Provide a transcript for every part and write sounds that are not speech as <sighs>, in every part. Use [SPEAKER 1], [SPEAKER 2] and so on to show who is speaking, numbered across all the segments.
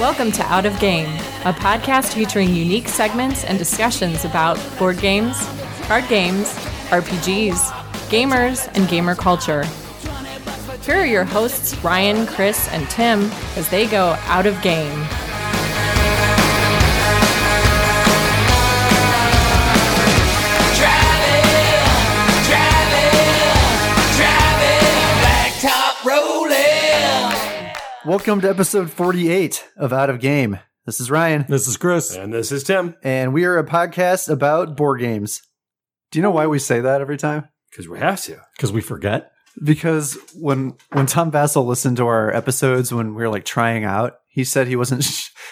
[SPEAKER 1] Welcome to Out of Game, a podcast featuring unique segments and discussions about board games, card games, RPGs, gamers, and gamer culture. Here are your hosts, Ryan, Chris, and Tim, as they go out of game.
[SPEAKER 2] Welcome to episode 48 of Out of Game. This is Ryan,
[SPEAKER 3] This is Chris.
[SPEAKER 4] And this is Tim.
[SPEAKER 2] and we are a podcast about board games. Do you know why we say that every time?
[SPEAKER 4] Because we have to.
[SPEAKER 3] Because we forget.
[SPEAKER 2] Because when when Tom Vassell listened to our episodes when we were like trying out, he said he wasn't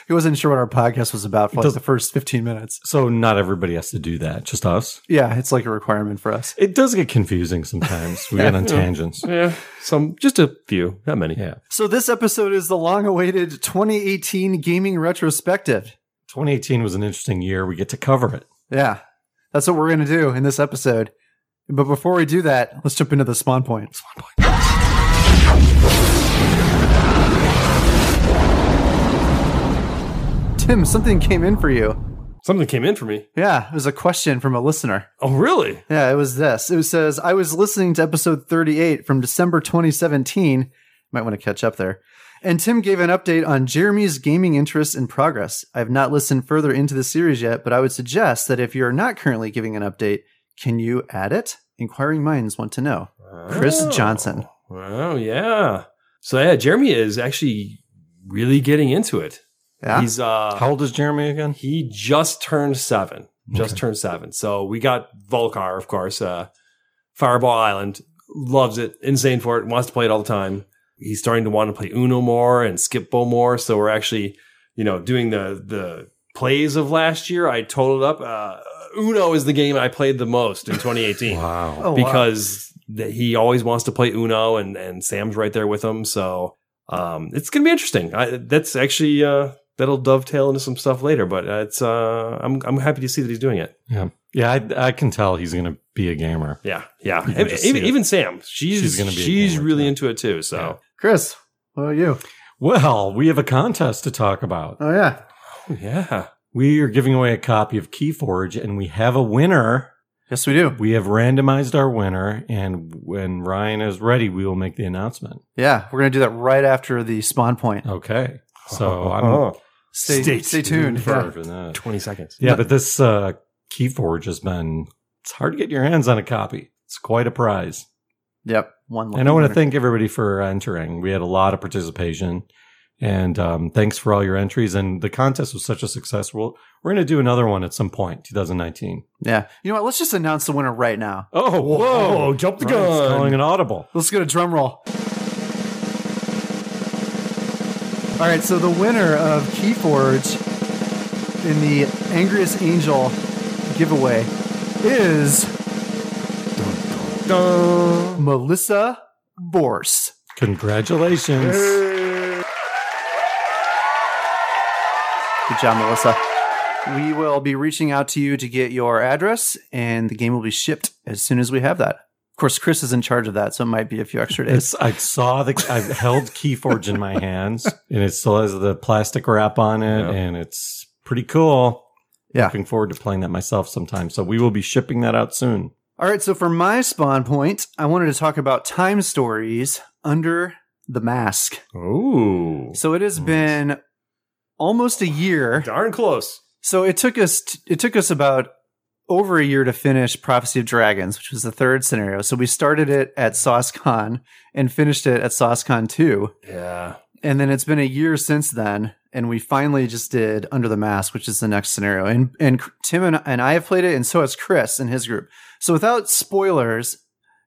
[SPEAKER 2] he wasn't sure what our podcast was about for like
[SPEAKER 3] Does-
[SPEAKER 2] the first 15 minutes.
[SPEAKER 3] So not everybody has to do that, just us.
[SPEAKER 2] Yeah, it's like a requirement for us.
[SPEAKER 3] It does get confusing sometimes. We get on tangents.
[SPEAKER 4] <laughs> Yeah. Some, just a few, not many.
[SPEAKER 3] Yeah.
[SPEAKER 2] So this episode is the long-awaited 2018 gaming retrospective.
[SPEAKER 3] 2018 was an interesting year. We get to cover it.
[SPEAKER 2] Yeah. That's what we're going to do in this episode. But before we do that, let's jump into the spawn point. Tim, something came in for you.
[SPEAKER 4] Something came in for me.
[SPEAKER 2] Yeah, it was a question from a listener.
[SPEAKER 4] Oh, really?
[SPEAKER 2] Yeah, it was this. It says, I was listening to episode 38 from December 2017. Might want to catch up there. And Tim gave an update on Jeremy's gaming interests and progress. I have not listened further into the series yet, but I would suggest that if you're not currently giving an update, can you add it? Inquiring minds want to know. Chris
[SPEAKER 4] Oh.
[SPEAKER 2] Johnson.
[SPEAKER 4] Oh, yeah. So, yeah, Jeremy is actually really getting into it.
[SPEAKER 2] Yeah.
[SPEAKER 4] He's, uh,
[SPEAKER 3] How old is Jeremy again?
[SPEAKER 4] he just turned seven. Just turned seven. So, we got Volcar, of course, uh, Fireball Island. Loves it. Insane for it. Wants to play it all the time. He's starting to want to play Uno more and Skipbo more. So, we're actually, you know, doing the, the, plays of last year i totaled up uh uno is the game i played the most in
[SPEAKER 3] <laughs>
[SPEAKER 4] 2018
[SPEAKER 3] Wow.
[SPEAKER 2] Oh, wow.
[SPEAKER 4] because th- he always wants to play Uno, and and Sam's right there with him. So um, it's gonna be interesting. I, that's actually uh, that'll dovetail into some stuff later. But uh, it's uh, I'm I'm happy to see that he's doing it.
[SPEAKER 3] Yeah. Yeah, I, I can tell he's going to be a gamer.
[SPEAKER 4] Yeah, yeah.
[SPEAKER 3] You can
[SPEAKER 4] And
[SPEAKER 3] just see
[SPEAKER 4] even,
[SPEAKER 3] it.
[SPEAKER 4] even Sam, she's
[SPEAKER 3] She's
[SPEAKER 4] she's,
[SPEAKER 3] gonna be a gamer,
[SPEAKER 4] really
[SPEAKER 3] yeah.
[SPEAKER 4] into it too. So
[SPEAKER 2] Chris, what about you?
[SPEAKER 3] Well, we have a contest to talk about.
[SPEAKER 2] Oh, yeah.
[SPEAKER 4] yeah.
[SPEAKER 3] We are giving away a copy of Keyforge, and we have a winner.
[SPEAKER 2] Yes, we do.
[SPEAKER 3] We have randomized our winner, and when Ryan is ready, we will make the announcement.
[SPEAKER 2] Yeah, we're going to do that right after the spawn point.
[SPEAKER 3] Okay.
[SPEAKER 4] Oh,
[SPEAKER 3] So I'm
[SPEAKER 4] Uh-huh.
[SPEAKER 2] Stay, stay, tuned.
[SPEAKER 3] for,
[SPEAKER 2] Yeah.
[SPEAKER 3] for that.
[SPEAKER 4] twenty seconds.
[SPEAKER 3] Yeah, but this uh, Keyforge has been, it's hard to get your hands on a copy. It's quite a prize.
[SPEAKER 2] Yep. One
[SPEAKER 3] And I want to
[SPEAKER 2] winner.
[SPEAKER 3] thank everybody for uh, entering. We had a lot of participation. And um, thanks for all your entries. And the contest was such a success. We'll, we're going to do another one at some point, 2019.
[SPEAKER 2] Yeah. You know what? Let's just announce the winner right now.
[SPEAKER 3] Oh,
[SPEAKER 4] whoa, jump the
[SPEAKER 3] Ryan's
[SPEAKER 4] gun.
[SPEAKER 3] calling an audible.
[SPEAKER 2] Let's get a drum roll. All right, so the winner of Keyforge in the Angriest Angel giveaway is Melissa Borse.
[SPEAKER 3] Congratulations.
[SPEAKER 2] Good job, Melissa. We will be reaching out to you to get your address, and the game will be shipped as soon as we have that. Of course, Chris is in charge of that, so it might be a few extra days.
[SPEAKER 3] <laughs> It's, I saw the, I held Keyforge in my hands, and it still has the plastic wrap on it,
[SPEAKER 4] Yeah.
[SPEAKER 3] and it's pretty cool.
[SPEAKER 2] Yeah.
[SPEAKER 3] Looking forward to playing that myself sometime. So we will be shipping that out soon.
[SPEAKER 2] All right, so for my spawn point, I wanted to talk about time stories under the mask.
[SPEAKER 4] Ooh,
[SPEAKER 2] So it has been almost a year.
[SPEAKER 4] darn close.
[SPEAKER 2] So it took us t- it took us about over a year to finish Prophecy of Dragons, which was the third scenario. So we started it at SauceCon and finished it at SauceCon 2.
[SPEAKER 4] Yeah,
[SPEAKER 2] And then it's been a year since then and we finally just did Under the Mask, which is the next scenario. And and C- Tim and, and I have played it and so has Chris and his group. So without spoilers,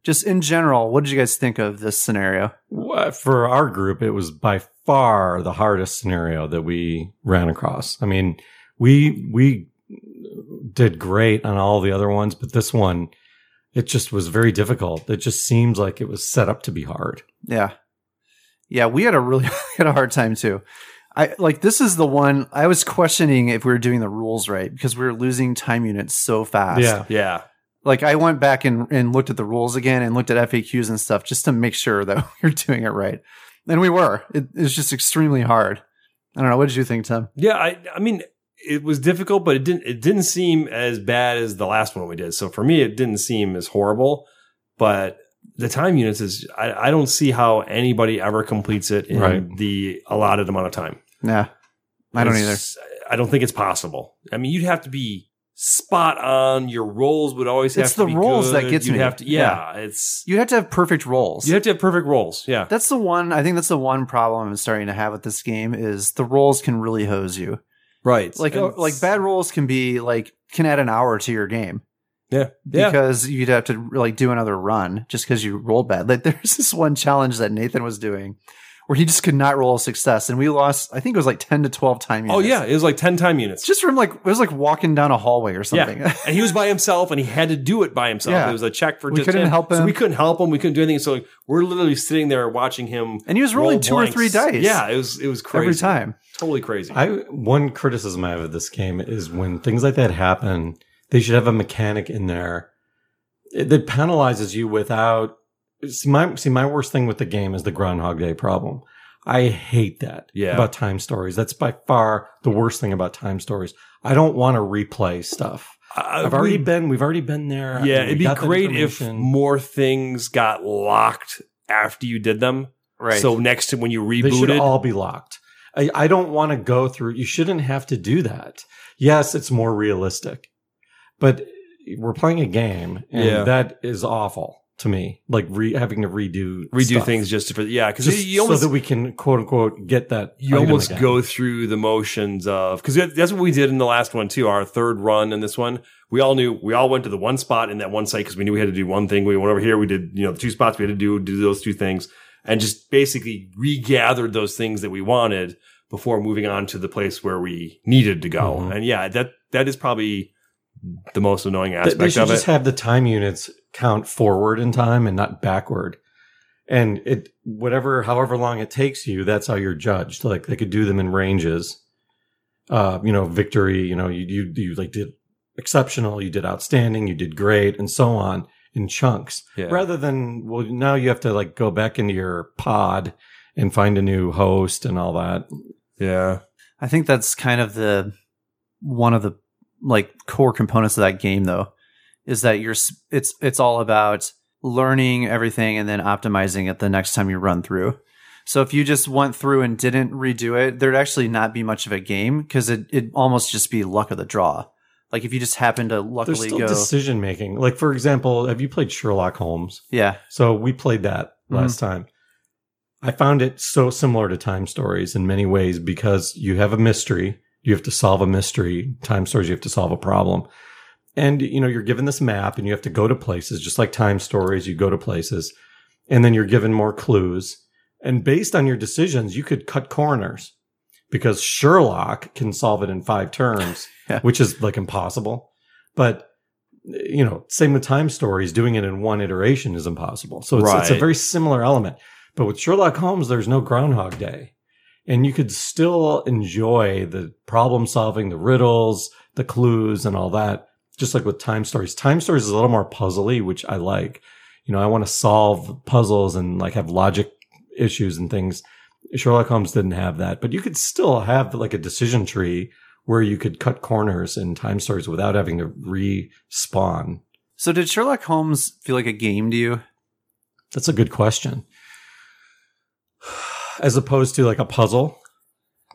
[SPEAKER 2] just in general, what did you guys think of this scenario?
[SPEAKER 3] Wha- For our group, it was by far the hardest scenario that we ran across. I mean, we we did great on all the other ones, but this one, it just was very difficult. It just seems like it was set up to be hard.
[SPEAKER 2] Yeah. Yeah, we had a really <laughs> we had a hard time too. I like this is the one I was questioning if we were doing the rules right because we were losing time units so fast.
[SPEAKER 4] yeah.
[SPEAKER 2] Like I went back and, and looked at the rules again and looked at FAQs and <laughs> stuff just to make sure that we were doing it right. And we were. It, it was just extremely hard. I don't know. What did you think, Tim?
[SPEAKER 4] Yeah, I I mean it was difficult, but it didn't it didn't seem as bad as the last one we did. So for me, it didn't seem as horrible. But the time units is I, I don't see how anybody ever completes it in
[SPEAKER 3] Right.
[SPEAKER 4] the allotted amount of time.
[SPEAKER 2] Nah, I don't either.
[SPEAKER 4] It's- I don't think it's possible. I mean, you'd have to be spot on. Your rolls would always have
[SPEAKER 2] It's
[SPEAKER 4] to
[SPEAKER 2] the
[SPEAKER 4] be
[SPEAKER 2] rolls that
[SPEAKER 4] good.
[SPEAKER 2] gets
[SPEAKER 4] you'd
[SPEAKER 2] me.
[SPEAKER 4] Have to, yeah, it's
[SPEAKER 2] You have to have perfect rolls.
[SPEAKER 4] you have to have perfect rolls. Yeah,
[SPEAKER 2] That's the one. I think that's the one problem I'm starting to have with this game is the rolls can really hose you.
[SPEAKER 4] right.
[SPEAKER 2] Like uh, like bad rolls can be like can add an hour to your game
[SPEAKER 4] Yeah, yeah.
[SPEAKER 2] because you'd have to like do another run just because you rolled bad. Like <laughs> there's this one challenge that Nathan was doing where he just could not roll a success, and we lost. I think it was like ten to twelve time.
[SPEAKER 4] oh
[SPEAKER 2] units.
[SPEAKER 4] yeah, it was like ten time units.
[SPEAKER 2] just from like it was like walking down a hallway or something. <laughs>
[SPEAKER 4] Yeah, and he was by himself, and he had to do it by himself.
[SPEAKER 2] Yeah.
[SPEAKER 4] It was a check for
[SPEAKER 2] We
[SPEAKER 4] just
[SPEAKER 2] couldn't
[SPEAKER 4] him.
[SPEAKER 2] help
[SPEAKER 4] So
[SPEAKER 2] him.
[SPEAKER 4] we couldn't help him. We couldn't do anything. So like, we're literally sitting there watching him.
[SPEAKER 2] and he was rolling
[SPEAKER 4] roll
[SPEAKER 2] two or
[SPEAKER 4] blanks.
[SPEAKER 2] three dice.
[SPEAKER 4] Yeah, it was it was crazy
[SPEAKER 2] every time.
[SPEAKER 4] Totally crazy.
[SPEAKER 3] I one criticism I have of this game is when things like that happen, they should have a mechanic in there that penalizes you without. See my see my worst thing with the game is the Groundhog Day problem. I hate that
[SPEAKER 4] Yeah.
[SPEAKER 3] about time stories. That's by far the worst thing about time stories. I don't want to replay stuff.
[SPEAKER 4] I-
[SPEAKER 3] I've already
[SPEAKER 4] Uh, we-
[SPEAKER 3] been. We've already been there.
[SPEAKER 4] Yeah,
[SPEAKER 3] We
[SPEAKER 4] it'd be
[SPEAKER 3] got that
[SPEAKER 4] great if
[SPEAKER 3] information.
[SPEAKER 4] more things got locked after you did them.
[SPEAKER 2] Right.
[SPEAKER 4] So next to when you
[SPEAKER 3] They should
[SPEAKER 4] rebooted,
[SPEAKER 3] all be locked. I, I don't want to go through. You shouldn't have to do that. Yes, it's more realistic, but we're playing a game, and
[SPEAKER 4] Yeah.
[SPEAKER 3] that is awful to me. Like re, having to redo
[SPEAKER 4] redo
[SPEAKER 3] stuff.
[SPEAKER 4] things just for yeah, because
[SPEAKER 3] just
[SPEAKER 4] you almost
[SPEAKER 3] so that we can quote unquote get that.
[SPEAKER 4] you
[SPEAKER 3] item
[SPEAKER 4] almost
[SPEAKER 3] again.
[SPEAKER 4] go through the motions of because that's what we did in the last one too. Our third run in this one, we all knew we all went to the one spot in that one site because we knew we had to do one thing. We went over here, we did you know the two spots we had to do do those two things, and just basically regathered those things that we wanted before moving on to the place where we needed to go.
[SPEAKER 3] Mhm.
[SPEAKER 4] And yeah, that that is probably the most annoying
[SPEAKER 3] They-
[SPEAKER 4] aspect
[SPEAKER 3] They should
[SPEAKER 4] of it.
[SPEAKER 3] just have the time units count forward in time and not backward. And it whatever however long it takes you, that's how you're judged. Like they could do them in ranges. Uh, you know, victory, you know, you you you like did exceptional, you did outstanding, you did great, and so on in chunks.
[SPEAKER 4] Yeah.
[SPEAKER 3] Rather than well now you have to like go back into your pod and find a new host and all that.
[SPEAKER 4] yeah,
[SPEAKER 2] I think that's kind of the one of the like core components of that game though is that you're s- it's it's all about learning everything and then optimizing it the next time you run through. So if you just went through and didn't redo it, there'd actually not be much of a game because it it almost just be luck of the draw. Like if you just happen to
[SPEAKER 3] There's
[SPEAKER 2] luckily
[SPEAKER 3] still
[SPEAKER 2] go,
[SPEAKER 3] decision making. Like for example, have you played Sherlock Holmes?
[SPEAKER 2] yeah,
[SPEAKER 3] So we played that last time. I found it so similar to Time Stories in many ways because you have a mystery, you have to solve a mystery. Time Stories, you have to solve a problem. And you know, you're given this map and you have to go to places just like Time Stories, you go to places and then you're given more clues. And based on your decisions, you could cut corners because Sherlock can solve it in five turns,
[SPEAKER 2] Yeah.
[SPEAKER 3] which is like impossible. But you know, same with time stories, doing it in one iteration is impossible. So it's, it's a
[SPEAKER 4] Right.
[SPEAKER 3] very similar element. But with Sherlock Holmes, there's no Groundhog Day. And you could still enjoy the problem solving, the riddles, the clues, and all that, just like with time stories. Time stories is a little more puzzly, which I like. You know, I want to solve puzzles and like have logic issues and things. Sherlock Holmes didn't have that, but you could still have like a decision tree where you could cut corners in time stories without having to respawn?
[SPEAKER 2] So did Sherlock Holmes feel like a game to you?
[SPEAKER 3] That's a good question. <sighs> As opposed to like a puzzle,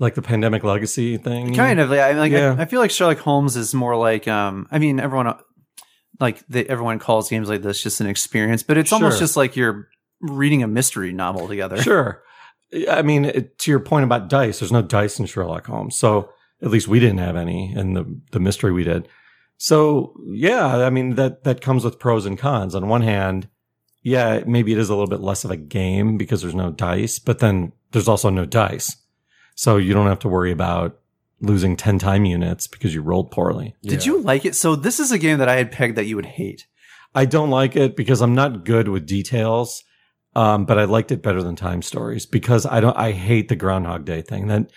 [SPEAKER 3] like the pandemic legacy thing.
[SPEAKER 2] Kind of. Yeah, I mean, like
[SPEAKER 3] Mm-hmm. Yeah.
[SPEAKER 2] I, I feel like Sherlock Holmes is more like um I mean everyone like the, everyone calls games like this just an experience, but it's almost
[SPEAKER 3] Sure.
[SPEAKER 2] just like you're reading a mystery novel together.
[SPEAKER 3] Sure. I mean, it, to your point about dice, there's no dice in Sherlock Holmes. So at least we didn't have any in the, the mystery we did. So yeah, I mean, that, that comes with pros and cons. On one hand, yeah, maybe it is a little bit less of a game because there's no dice, but then there's also no dice. So you don't have to worry about losing 10 time units because you rolled poorly.
[SPEAKER 2] Did
[SPEAKER 4] Yeah.
[SPEAKER 2] you like it? So this is a game that I had pegged that you would hate.
[SPEAKER 3] I don't like it because I'm not good with details. Um, but I liked it better than Time Stories because I don't. I hate the Groundhog Day thing. That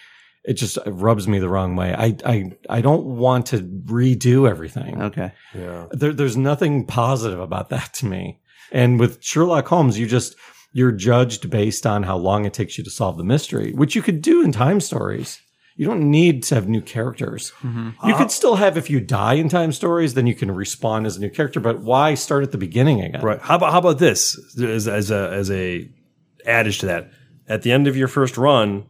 [SPEAKER 3] it just rubs me the wrong way. I I I don't want to redo everything.
[SPEAKER 2] Okay.
[SPEAKER 4] yeah.
[SPEAKER 3] There, there's nothing positive about that to me. And with Sherlock Holmes, you just you're judged based on how long it takes you to solve the mystery, which you could do in Time Stories. You don't need to have new characters.
[SPEAKER 4] Mm-hmm.
[SPEAKER 3] You
[SPEAKER 4] Uh-huh.
[SPEAKER 3] could still have if you die in time stories, then you can respawn as a new character. But why start at the beginning again?
[SPEAKER 4] Right. How about how about this as, as a as a adage to that? At the end of your first run,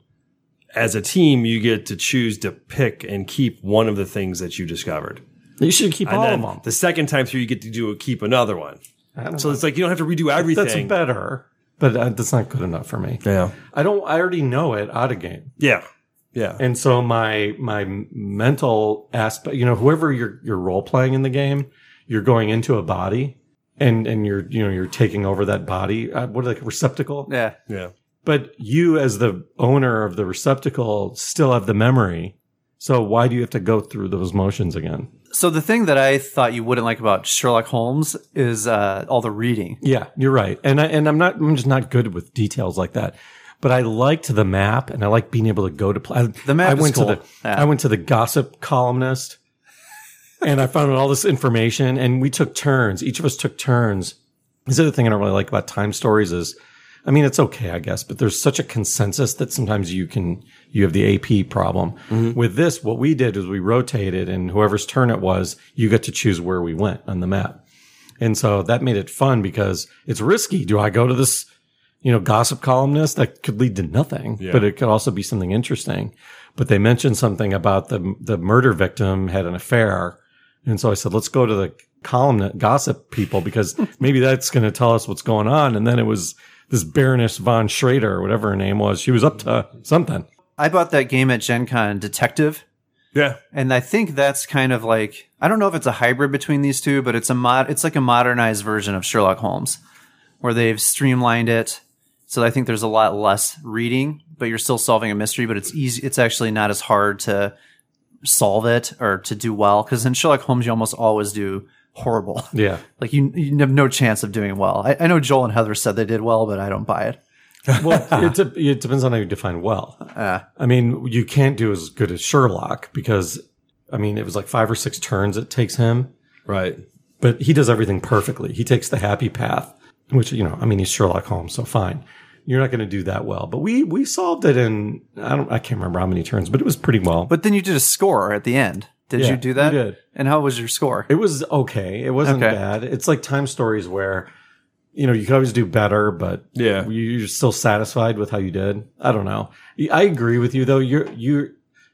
[SPEAKER 4] as a team, you get to choose to pick and keep one of the things that you discovered.
[SPEAKER 3] You should keep
[SPEAKER 4] And
[SPEAKER 3] all
[SPEAKER 4] then
[SPEAKER 3] of them.
[SPEAKER 4] the second time through, you get to do keep another one.
[SPEAKER 3] I don't
[SPEAKER 4] So
[SPEAKER 3] know.
[SPEAKER 4] it's like you don't have to redo everything.
[SPEAKER 3] that's better, but uh, that's not good enough for me.
[SPEAKER 4] yeah.
[SPEAKER 3] I don't. I already know it out of game.
[SPEAKER 4] Yeah. Yeah.
[SPEAKER 3] And so my my mental aspect, you know, whoever you're you're role playing in the game, you're going into a body, and and you're you know you're taking over that body. Uh, what like a receptacle?
[SPEAKER 2] Yeah.
[SPEAKER 4] Yeah.
[SPEAKER 3] But you as the owner of the receptacle still have the memory. So why do you have to go through those motions again?
[SPEAKER 2] So the thing that I thought you wouldn't like about Sherlock Holmes is uh, all the reading.
[SPEAKER 3] Yeah, you're right. And I and I'm not I'm just not good with details like that. But I liked the map and I like being able to go to play.
[SPEAKER 2] The map
[SPEAKER 3] I
[SPEAKER 2] is
[SPEAKER 3] went
[SPEAKER 2] cool.
[SPEAKER 3] to the
[SPEAKER 2] Yeah.
[SPEAKER 3] I went to the gossip
[SPEAKER 2] <laughs>
[SPEAKER 3] columnist and I found out all this information and we took turns. Each of us took turns. This other thing I don't really like about time stories is I mean it's okay, I guess, but there's such a consensus that sometimes you can you have the AP problem.
[SPEAKER 2] Mm-hmm.
[SPEAKER 3] With this, what we did is we rotated and whoever's turn it was, you get to choose where we went on the map. And so that made it fun because it's risky. Do I go to this, you know, gossip columnist that could lead to nothing, but it could also be something interesting. But they mentioned something about the the murder victim had an affair, and so I said, let's go to the columnist gossip people because maybe that's going to tell us what's going on. And then it was this Baroness von Schrader, or whatever her name was. She was up to something.
[SPEAKER 2] I bought that game at Gen Con, Detective,
[SPEAKER 4] Yeah.
[SPEAKER 2] and I think that's kind of like I don't know if it's a hybrid between these two, but it's a mod. It's like a modernized version of Sherlock Holmes, where they've streamlined it. So I think there's a lot less reading, but you're still solving a mystery. But it's easy. It's actually not as hard to solve it or to do well because in Sherlock Holmes you almost always do horrible. <laughs>
[SPEAKER 3] Yeah.
[SPEAKER 2] Like you, you have no chance of doing well. I, I know Joel and Heather said they did well, but I don't buy it.
[SPEAKER 3] Well, it, de- it depends on how you define well. I mean, you can't do as good as Sherlock because, I mean, it was like five or six turns it takes him,
[SPEAKER 4] Right.
[SPEAKER 3] but he does everything perfectly. He takes the happy path, which, you know, I mean, he's Sherlock Holmes, so fine. You're not going to do that well, but we we solved it in I don't I can't remember how many turns, but it was pretty well.
[SPEAKER 2] But then you did a score at the end. Did
[SPEAKER 3] Yeah,
[SPEAKER 2] you do that?
[SPEAKER 3] we did.
[SPEAKER 2] And how was your score?
[SPEAKER 3] It was okay. It wasn't
[SPEAKER 2] Okay.
[SPEAKER 3] bad. It's like time stories where, you know, you could always do better, but
[SPEAKER 4] Yeah.
[SPEAKER 3] you- you're still satisfied with how you did. I don't know. I agree with you though. You're you're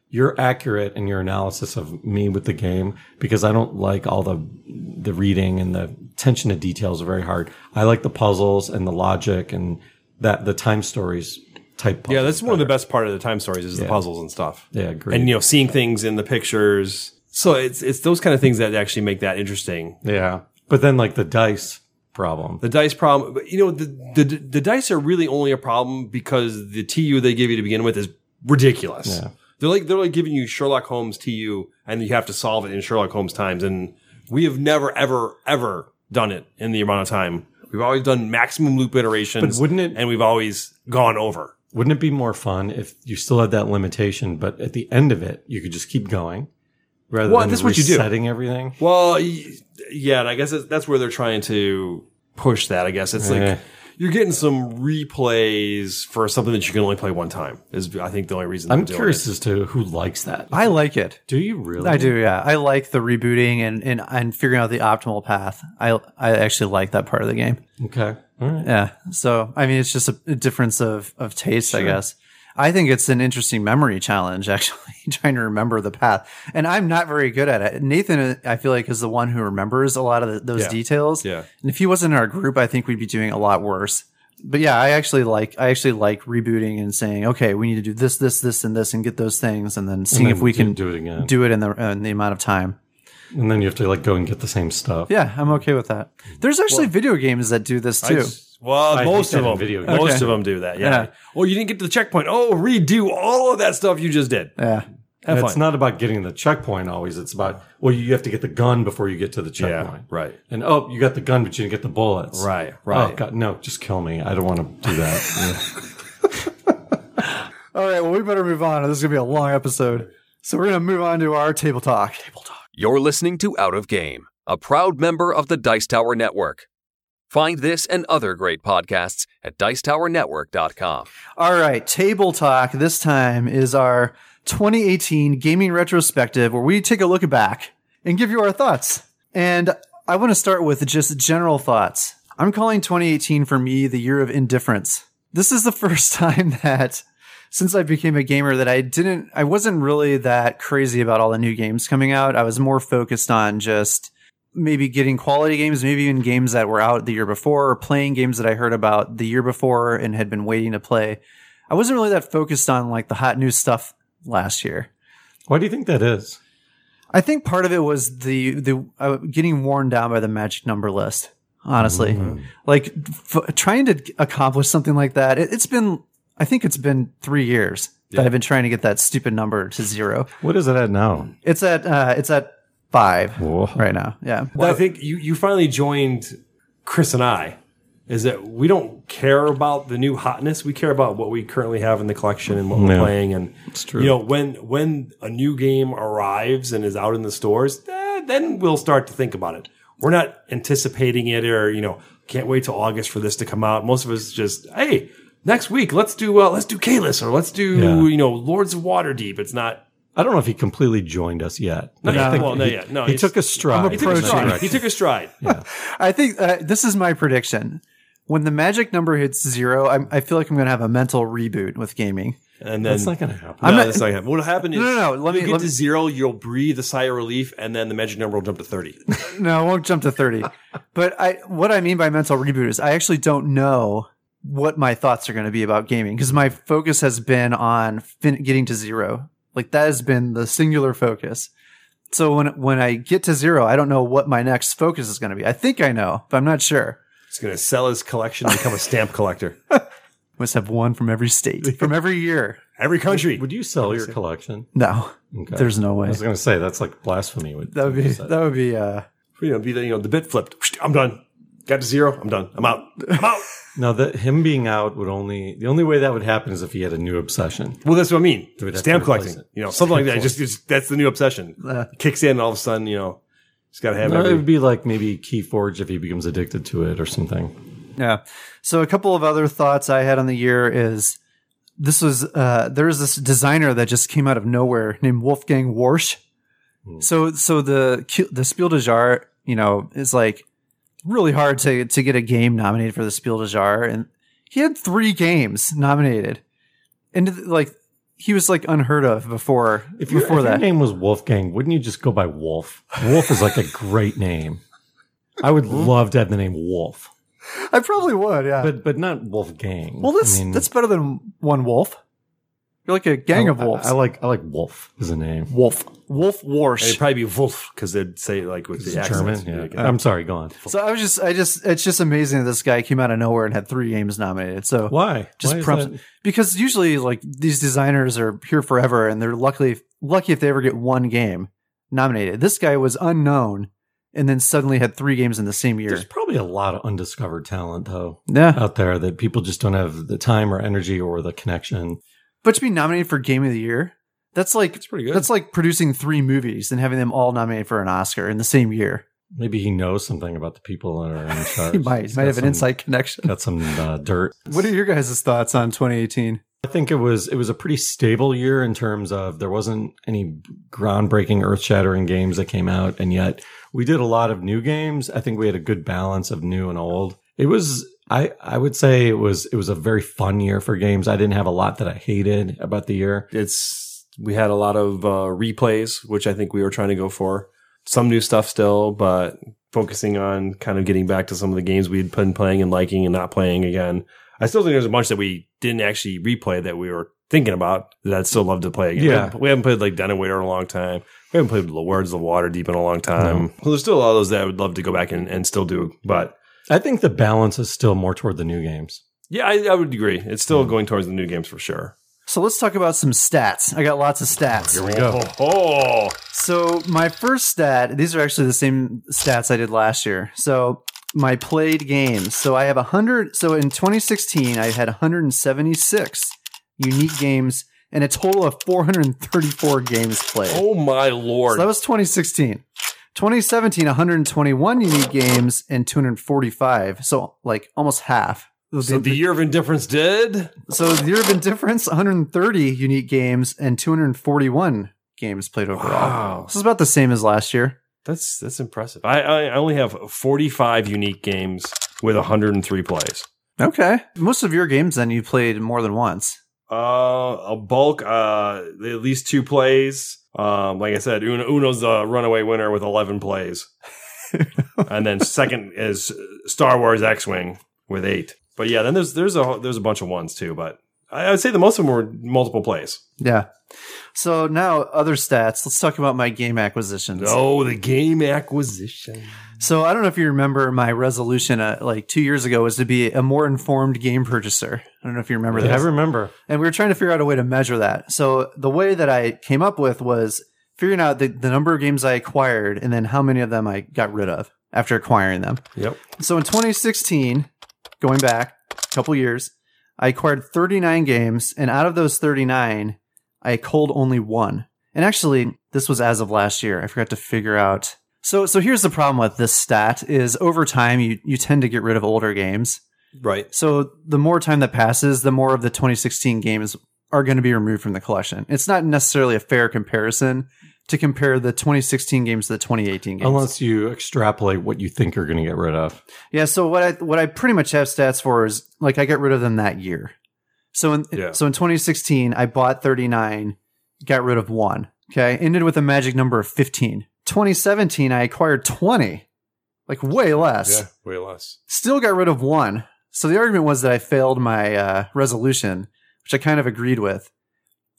[SPEAKER 3] you're accurate in your analysis of me with the game because I don't like all the the reading and the attention to details are very hard. I like the puzzles and the logic and that the time stories type. Puzzles
[SPEAKER 4] Yeah, that's one of the best part of the time stories is the puzzles and stuff.
[SPEAKER 3] Yeah, agreed.
[SPEAKER 4] And you know, seeing things in the pictures. So it's it's those kind of things that actually make that interesting.
[SPEAKER 3] yeah. But then like the dice problem.
[SPEAKER 4] The dice problem, but you know, the the the dice are really only a problem because the TU they give you to begin with is ridiculous.
[SPEAKER 3] Yeah.
[SPEAKER 4] They're like they're like giving you Sherlock Holmes TU and you have to solve it in Sherlock Holmes times and we have never ever ever done it in the amount of time. We've always done maximum loop iterations.
[SPEAKER 3] But wouldn't it-
[SPEAKER 4] and we've always gone over.
[SPEAKER 3] Wouldn't it be more fun if you still had that limitation, but at the end of it, you could just keep going rather
[SPEAKER 4] Well,
[SPEAKER 3] than
[SPEAKER 4] that's
[SPEAKER 3] that's
[SPEAKER 4] what you do.
[SPEAKER 3] resetting everything?
[SPEAKER 4] Well, y- yeah, and I guess that's- that's where they're trying to push that. I guess it's like
[SPEAKER 3] Yeah.
[SPEAKER 4] you're getting some replays for something that you can only play one time. Is I think the only reason
[SPEAKER 3] I'm
[SPEAKER 4] they're doing
[SPEAKER 3] curious
[SPEAKER 4] It.
[SPEAKER 3] as to who likes that.
[SPEAKER 2] I like it.
[SPEAKER 3] Do you really?
[SPEAKER 2] I do, yeah. I like the rebooting and, and, and figuring out the optimal path. I I actually like that part of the game.
[SPEAKER 3] Okay. All right.
[SPEAKER 2] Yeah. So I mean, it's just a, a difference of of taste, I guess. I think it's an interesting memory challenge, <laughs> actually, trying to remember the path. And I'm not very good at it. Nathan, I feel like, is the one who remembers a lot of the, those
[SPEAKER 4] Yeah.
[SPEAKER 2] details.
[SPEAKER 4] Yeah.
[SPEAKER 2] And if he wasn't in our group, I think we'd be doing a lot worse. But yeah, I actually like I actually like rebooting and saying, okay, we need to do this, this, this, and this, and get those things, and then seeing
[SPEAKER 3] then
[SPEAKER 2] if we
[SPEAKER 3] do-
[SPEAKER 2] can
[SPEAKER 3] do it again.
[SPEAKER 2] do it in the in the amount of time.
[SPEAKER 3] And then you have to like go and get the same stuff.
[SPEAKER 2] Yeah, I'm okay with that. There's actually video games that do this
[SPEAKER 4] I
[SPEAKER 2] too.
[SPEAKER 4] just- well,
[SPEAKER 3] I
[SPEAKER 4] most
[SPEAKER 3] hate that
[SPEAKER 4] of
[SPEAKER 3] in
[SPEAKER 4] them,
[SPEAKER 3] video games.
[SPEAKER 4] most
[SPEAKER 2] Okay.
[SPEAKER 4] of them do that.
[SPEAKER 2] Yeah.
[SPEAKER 4] Yeah. Well, you didn't get to the checkpoint. Oh, redo all of that stuff you just did.
[SPEAKER 2] yeah.
[SPEAKER 4] Have
[SPEAKER 3] And
[SPEAKER 4] fun.
[SPEAKER 3] it's not about getting the checkpoint always. It's about, well, you have to get the gun before you get to the
[SPEAKER 4] yeah.
[SPEAKER 3] checkpoint.
[SPEAKER 4] Right.
[SPEAKER 3] And oh, you got the gun, but you didn't get the bullets.
[SPEAKER 4] Right. Right.
[SPEAKER 3] Oh, God. No, just kill me. I don't want to do
[SPEAKER 4] <laughs>
[SPEAKER 3] that.
[SPEAKER 2] All right, well, we better move on. or This is going to be a long episode. So we're going to move on to our table talk.
[SPEAKER 5] You're listening to Out of Game, a proud member of the Dice Tower Network. Find this and other great podcasts at dicetowernetwork.com.
[SPEAKER 2] All right, table talk this time is our 2018 gaming retrospective where we take a look back and give you our thoughts. And I want to start with just general thoughts. I'm calling 2018 for me the year of indifference. This is the <laughs> first time that since I became a gamer that I didn't I wasn't really that crazy about all the new games coming out. I was more focused on just maybe getting quality games, maybe even games that were out the year before or playing games that I heard about the year before and had been waiting to play. I wasn't really that focused on like the hot new stuff last year.
[SPEAKER 3] Why do you think that is?
[SPEAKER 2] I think part of it was the the uh, getting worn down by the magic number list. Honestly, like f- trying to accomplish something like that, it, it's been I think it's been three years that I've been trying to get that stupid number to zero.
[SPEAKER 3] What is it at now?
[SPEAKER 2] It's at uh, it's at five
[SPEAKER 3] Whoa.
[SPEAKER 2] right now. Yeah,
[SPEAKER 4] Well, I think you, you finally joined Chris and I. Is that we don't care about the new hotness. We care about what we currently have in the collection and what we're
[SPEAKER 3] Yeah.
[SPEAKER 4] playing. And it's
[SPEAKER 3] true.
[SPEAKER 4] You know, when when a new game arrives and is out in the stores, eh, then we'll start to think about it. We're not anticipating it or you know can't wait till August for this to come out. Most of us just hey next week let's do uh, let's do Kalis or let's do
[SPEAKER 3] Yeah.
[SPEAKER 4] you know Lords of Waterdeep. It's not.
[SPEAKER 3] I don't know if he completely joined us yet.
[SPEAKER 4] Not
[SPEAKER 3] but I
[SPEAKER 4] yet.
[SPEAKER 3] think
[SPEAKER 4] Well, not
[SPEAKER 3] he,
[SPEAKER 4] yet. No,
[SPEAKER 3] he
[SPEAKER 4] he's-
[SPEAKER 3] took a stride.
[SPEAKER 4] He took a
[SPEAKER 3] in that
[SPEAKER 4] stride. He
[SPEAKER 3] direction.
[SPEAKER 4] took
[SPEAKER 3] <laughs>
[SPEAKER 4] a stride.
[SPEAKER 2] I think uh, this is my prediction. When the magic number hits zero, I'm, I feel like I'm going to have a mental reboot with gaming.
[SPEAKER 4] And then
[SPEAKER 3] That's not going to happen.
[SPEAKER 4] no,
[SPEAKER 2] not-
[SPEAKER 4] that's not gonna happen. What'll happen is
[SPEAKER 2] No, no, no, let
[SPEAKER 4] you'll
[SPEAKER 2] me-
[SPEAKER 4] get
[SPEAKER 2] let
[SPEAKER 4] to
[SPEAKER 2] me-
[SPEAKER 4] zero, you'll breathe a sigh of relief, and then the magic number will jump to thirty.
[SPEAKER 2] no, I won't jump to
[SPEAKER 3] <laughs>
[SPEAKER 2] 30. but I what I mean by mental reboot is I actually don't know what my thoughts are going to be about gaming because my focus has been on fin- getting to zero. Like that has been the singular focus. So when when I get to zero, I don't know what my next focus is going to be. I think I know, but I'm not sure.
[SPEAKER 4] He's gonna sell his collection and become a stamp
[SPEAKER 2] <laughs>
[SPEAKER 4] collector.
[SPEAKER 2] Must have one from every state, from every year.
[SPEAKER 4] Every country.
[SPEAKER 3] Would you sell your collection?
[SPEAKER 2] No,
[SPEAKER 3] Okay.
[SPEAKER 2] there's no
[SPEAKER 3] I
[SPEAKER 2] way.
[SPEAKER 3] was going to say that's like blasphemy. With
[SPEAKER 2] That would be that would be uh
[SPEAKER 4] You know, be the you know the bit flipped. I'm done. Got to zero. I'm done. I'm out. I'm
[SPEAKER 2] <laughs>
[SPEAKER 4] out.
[SPEAKER 3] now that him being out would only the only way that would happen is if he had a new obsession.
[SPEAKER 4] Well, that's what I mean.
[SPEAKER 3] We'd have to
[SPEAKER 4] Stamp
[SPEAKER 3] replace
[SPEAKER 4] collecting.
[SPEAKER 3] it.
[SPEAKER 4] You know, something like that. Just, just that's the new obsession. Kicks in, and all of a sudden, you know, just gotta have
[SPEAKER 3] No, it
[SPEAKER 4] every.
[SPEAKER 3] would be like maybe Keyforge if he becomes addicted to it or something.
[SPEAKER 2] Yeah. So a couple of other thoughts I had on the year is this was uh there is this designer that just came out of nowhere named Wolfgang Warsch.
[SPEAKER 3] Hmm.
[SPEAKER 2] So so the Q- the Spiel des Jahres, you know, is like really hard to to get a game nominated for the Spiel des Jahres and he had 3 games nominated. And like he was like unheard of before
[SPEAKER 3] If, your-
[SPEAKER 2] before
[SPEAKER 3] if your <laughs>
[SPEAKER 2] that.
[SPEAKER 3] name was Wolfgang, wouldn't you just go by Wolf? Wolf is like a great name. I would love to have the name Wolf,
[SPEAKER 2] I probably would, yeah.
[SPEAKER 3] but but not Wolfgang.
[SPEAKER 2] well, that's
[SPEAKER 3] I mean,
[SPEAKER 2] that's better than one wolf. You're like a gang
[SPEAKER 3] I-
[SPEAKER 2] of wolves.
[SPEAKER 3] I, I like I like Wolf as a name.
[SPEAKER 2] wolf. Wolf Warsch.
[SPEAKER 4] It'd probably be Wolf because they'd say it like with
[SPEAKER 3] It's
[SPEAKER 4] the accent.
[SPEAKER 3] German. Yeah. I'm sorry. Go on.
[SPEAKER 2] So I was just, I just, it's just amazing that this guy came out of nowhere and had three games nominated. So
[SPEAKER 3] Why?
[SPEAKER 2] Just
[SPEAKER 3] Why is
[SPEAKER 2] prompts-
[SPEAKER 3] that-
[SPEAKER 2] because usually like these designers are here forever and they're luckily lucky if they ever get one game nominated. This guy was unknown and then suddenly had three games in the same year.
[SPEAKER 3] There's probably a lot of undiscovered talent though
[SPEAKER 2] yeah,
[SPEAKER 3] out there that people just don't have the time or energy or the connection.
[SPEAKER 2] but to be nominated for Game of the Year, that's like that's
[SPEAKER 4] pretty good.
[SPEAKER 2] like producing three movies and having them all nominated for an Oscar in the same year.
[SPEAKER 3] Maybe he knows something about the people that are in
[SPEAKER 2] <laughs>
[SPEAKER 3] charge.
[SPEAKER 2] He might
[SPEAKER 3] He's
[SPEAKER 2] might
[SPEAKER 3] got
[SPEAKER 2] have an
[SPEAKER 3] some-
[SPEAKER 2] inside connection.
[SPEAKER 3] Got some uh, dirt.
[SPEAKER 2] What are your guys' thoughts on 2018?
[SPEAKER 3] I think it was it was a pretty stable year in terms of there wasn't any groundbreaking, earth shattering games that came out, and yet we did a lot of new games. I think we had a good balance of new and old. It was I I would say it was it was a very fun year for games. I didn't have a lot that I hated about the year.
[SPEAKER 4] it's we had a lot of uh, replays, which I think we were trying to go for. Some new stuff still, but focusing on kind of getting back to some of the games we had been playing and liking and not playing again. I still think there's a bunch that we didn't actually replay that we were thinking about that I'd still love to play again. We
[SPEAKER 3] Yeah.
[SPEAKER 4] haven't, we haven't played like Denowator in a long time. We haven't played Words of Water Deep in a long time. Well, there's still a lot of those that I would love to go back and, and still do, but
[SPEAKER 3] I think the balance is still more toward the new games.
[SPEAKER 4] yeah, I, I would agree. It's still
[SPEAKER 2] Hmm.
[SPEAKER 4] going towards the new games for sure.
[SPEAKER 2] So let's talk about some stats. I got lots of stats.
[SPEAKER 3] Here we go.
[SPEAKER 4] Oh,
[SPEAKER 2] So my first stat, these are actually the same stats I did last year. So my played games. So I have 100 so in 2016 I had 176 unique games and a total of 434 games played.
[SPEAKER 4] oh my
[SPEAKER 2] so
[SPEAKER 4] lord.
[SPEAKER 2] that was 2016. 2017 121 unique games and 245. So like almost half
[SPEAKER 4] So the year of indifference did.
[SPEAKER 2] So the year of indifference, 130 unique games and 241 games played overall.
[SPEAKER 4] Wow.
[SPEAKER 2] This is about the same as last year.
[SPEAKER 4] That's that's impressive. I I only have 45 unique games with 103 plays.
[SPEAKER 2] Okay. Most of your games then you played more than once.
[SPEAKER 4] Uh, a bulk. Uh, at least two plays. Um, like I said, Uno, Uno's the runaway winner with 11 <laughs> plays, and then second is Star Wars X-wing with eight. But yeah, then there's there's a there's a bunch of ones too. But I, I'd say the most of them were multiple plays.
[SPEAKER 2] Yeah. So now other stats. Let's talk about my game acquisitions.
[SPEAKER 4] Oh, the game acquisition.
[SPEAKER 2] So I don't know if you remember my resolution uh, like two years ago was to be a more informed game purchaser. I don't know if you remember
[SPEAKER 3] I
[SPEAKER 2] that.
[SPEAKER 3] remember.
[SPEAKER 2] and we were trying to figure out a way to measure that. So the way that I came up with was figuring out the, the number of games I acquired and then how many of them I got rid of after acquiring them.
[SPEAKER 4] Yep.
[SPEAKER 2] So in 2016, going back a couple years, I acquired 39 games, and out of those 39, I culled only one. And actually, this was as of last year. I forgot to figure out. So, so here's the problem with this stat: is over time, you you tend to get rid of older games.
[SPEAKER 4] Right.
[SPEAKER 2] So the more time that passes, the more of the 2016 games are going to be removed from the collection. It's not necessarily a fair comparison to compare the 2016 games to the 2018 games.
[SPEAKER 3] Unless you extrapolate what you think you're going to get rid of.
[SPEAKER 2] Yeah, so what I what I pretty much have stats for is like I got rid of them that year. So in
[SPEAKER 4] Yeah.
[SPEAKER 2] so in 2016, I bought 39, got rid of one. Okay, ended with a magic number of 15. 2017, I acquired 20, like way less.
[SPEAKER 4] Yeah. Way less.
[SPEAKER 2] Still got rid of one. So the argument was that I failed my uh, resolution, which I kind of agreed with,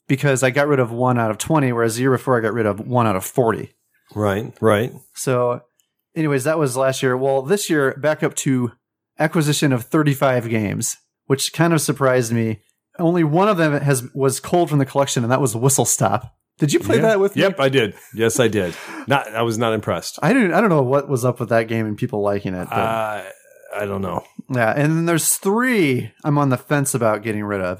[SPEAKER 2] because I got rid of one out of 20, whereas the year before I got rid of one out of 40.
[SPEAKER 4] Right. Right.
[SPEAKER 2] So, anyways, that was last year. Well, this year, back up to acquisition of 35 games, which kind of surprised me. Only one of them has was cold from the collection, and that was Whistle Stop. Did you play
[SPEAKER 4] Yeah.
[SPEAKER 2] that with me?
[SPEAKER 4] Yep, I did. Yes, I did. Not. I was not impressed.
[SPEAKER 2] I didn't. I don't know what was up with that game and people liking it. But
[SPEAKER 4] Uh, I don't know.
[SPEAKER 2] yeah, and then there's three I'm on the fence about getting rid of: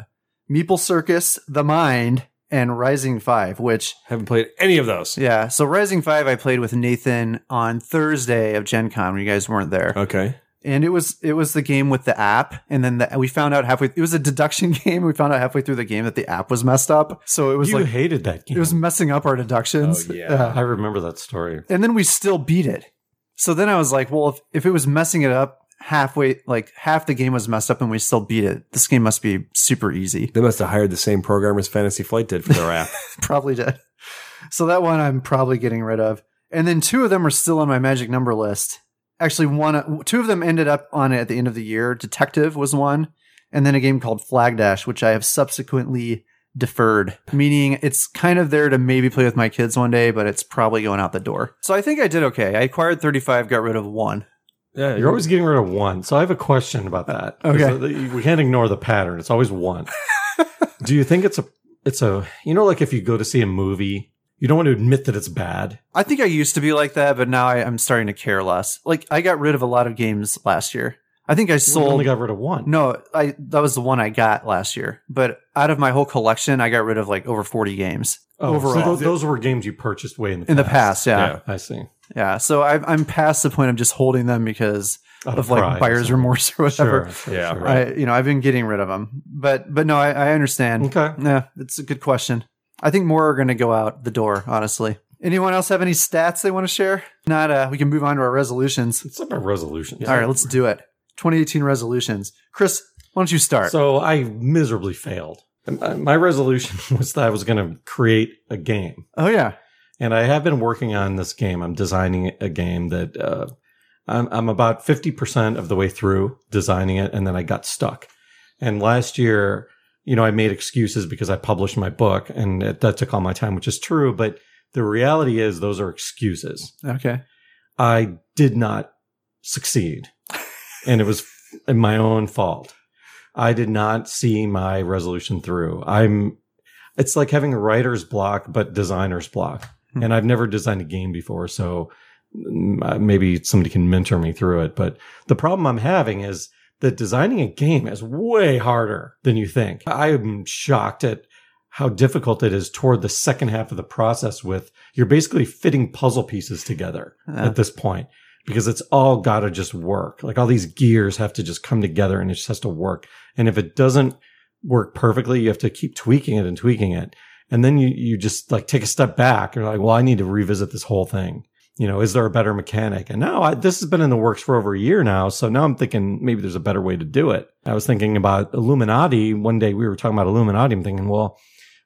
[SPEAKER 2] Meeple Circus, The Mind, and Rising Five. Which
[SPEAKER 4] Haven't played any of those.
[SPEAKER 2] yeah, so Rising Five I played with Nathan on Thursday of Gen Con when you guys weren't there.
[SPEAKER 4] Okay.
[SPEAKER 2] and it was it was the game with the app and then the, we found out halfway it was a deduction <laughs> game we found out halfway through the game that the app was messed up so it was
[SPEAKER 3] you
[SPEAKER 2] like
[SPEAKER 3] hated that game.
[SPEAKER 2] it was messing up our deductions
[SPEAKER 4] Oh, yeah.
[SPEAKER 2] Uh,
[SPEAKER 3] I remember that story.
[SPEAKER 2] and then we still beat it so then i was like well if, if it was messing it up halfway like half the game was messed up and we still beat it this game must be super easy <laughs>
[SPEAKER 4] They must have hired the same programmers Fantasy Flight did for their app. <laughs>
[SPEAKER 2] probably did so that one i'm probably getting rid of and then two of them are still on my magic number list actually one two of them ended up on it at the end of the year detective was one and then a game called flag dash which i have subsequently deferred meaning it's kind of there to maybe play with my kids one day but it's probably going out the door so i think i did okay i acquired 35 got rid of one
[SPEAKER 4] yeah,
[SPEAKER 3] You're always getting rid of one. So I have a question about that.
[SPEAKER 2] Uh, Okay.
[SPEAKER 3] Because the- We can't ignore the pattern. It's always
[SPEAKER 2] <laughs>
[SPEAKER 3] one. Do you think it's a, it's a, you know, like if you go to see a movie, you don't want to admit that it's bad.
[SPEAKER 2] i think i used to be like that but now I, i'm starting to care less like i got rid of a lot of games last year i think i
[SPEAKER 3] you
[SPEAKER 2] sold
[SPEAKER 3] only got rid of one.
[SPEAKER 2] No, I that was the one I got last year. But out of my whole collection, I got rid of like over 40 games
[SPEAKER 3] Oh,
[SPEAKER 2] overall
[SPEAKER 3] So tho- those were games you purchased way in the
[SPEAKER 2] in the
[SPEAKER 3] past.
[SPEAKER 2] past. Yeah, yeah.
[SPEAKER 4] Yeah.
[SPEAKER 3] I see.
[SPEAKER 2] So I, I'm past the point of just holding them because
[SPEAKER 3] Out
[SPEAKER 2] of like
[SPEAKER 3] pride or
[SPEAKER 2] buyer's
[SPEAKER 3] something.
[SPEAKER 2] remorse or whatever.
[SPEAKER 3] Sure, sure,
[SPEAKER 4] Yeah,
[SPEAKER 3] sure.
[SPEAKER 4] right.
[SPEAKER 2] I, you know, I've been getting rid of them. But but no, I, I understand.
[SPEAKER 3] Okay.
[SPEAKER 2] Yeah, it's a good question. I think more are going to go out the door. Honestly, anyone else have any stats they want to share? Not. Uh, we can move on to our resolutions.
[SPEAKER 3] It's about resolutions.
[SPEAKER 2] All right, let's do it. 2018 resolutions. Chris, why don't you start?
[SPEAKER 3] So I miserably failed. And uh, my- My resolution <laughs> was that I was going to create a game,
[SPEAKER 2] oh yeah,
[SPEAKER 3] and I have been working on this game. I'm designing a game that uh, I'm, I'm about fifty percent of the way through designing it, and then I got stuck. And last year, you know, I made excuses because I published my book, and it, that took all my time, which is true. But the reality is, those are excuses.
[SPEAKER 2] okay.
[SPEAKER 3] I did not succeed. and it was f- my own fault. I did not see my resolution through. I'm it's like having a writer's block but designer's block.
[SPEAKER 2] Hmm.
[SPEAKER 3] And I've never designed a game before, so mm, uh, maybe somebody can mentor me through it, but the problem I'm having is that designing a game is way harder than you think. I am shocked at how difficult it is toward the second half of the process with you're basically fitting puzzle pieces together
[SPEAKER 2] Uh,
[SPEAKER 3] at this point because it's all got to just work. Like all these gears have to just come together and it just has to work. And if it doesn't work perfectly, you have to keep tweaking it and tweaking it. And then you, you just like take a step back. You're like, well, I need to revisit this whole thing. You know, is there a better mechanic? And now I, this has been in the works for over a year now. So now I'm thinking maybe there's a better way to do it. I was thinking about Illuminati. One day we were talking about Illuminati. I'm thinking, well,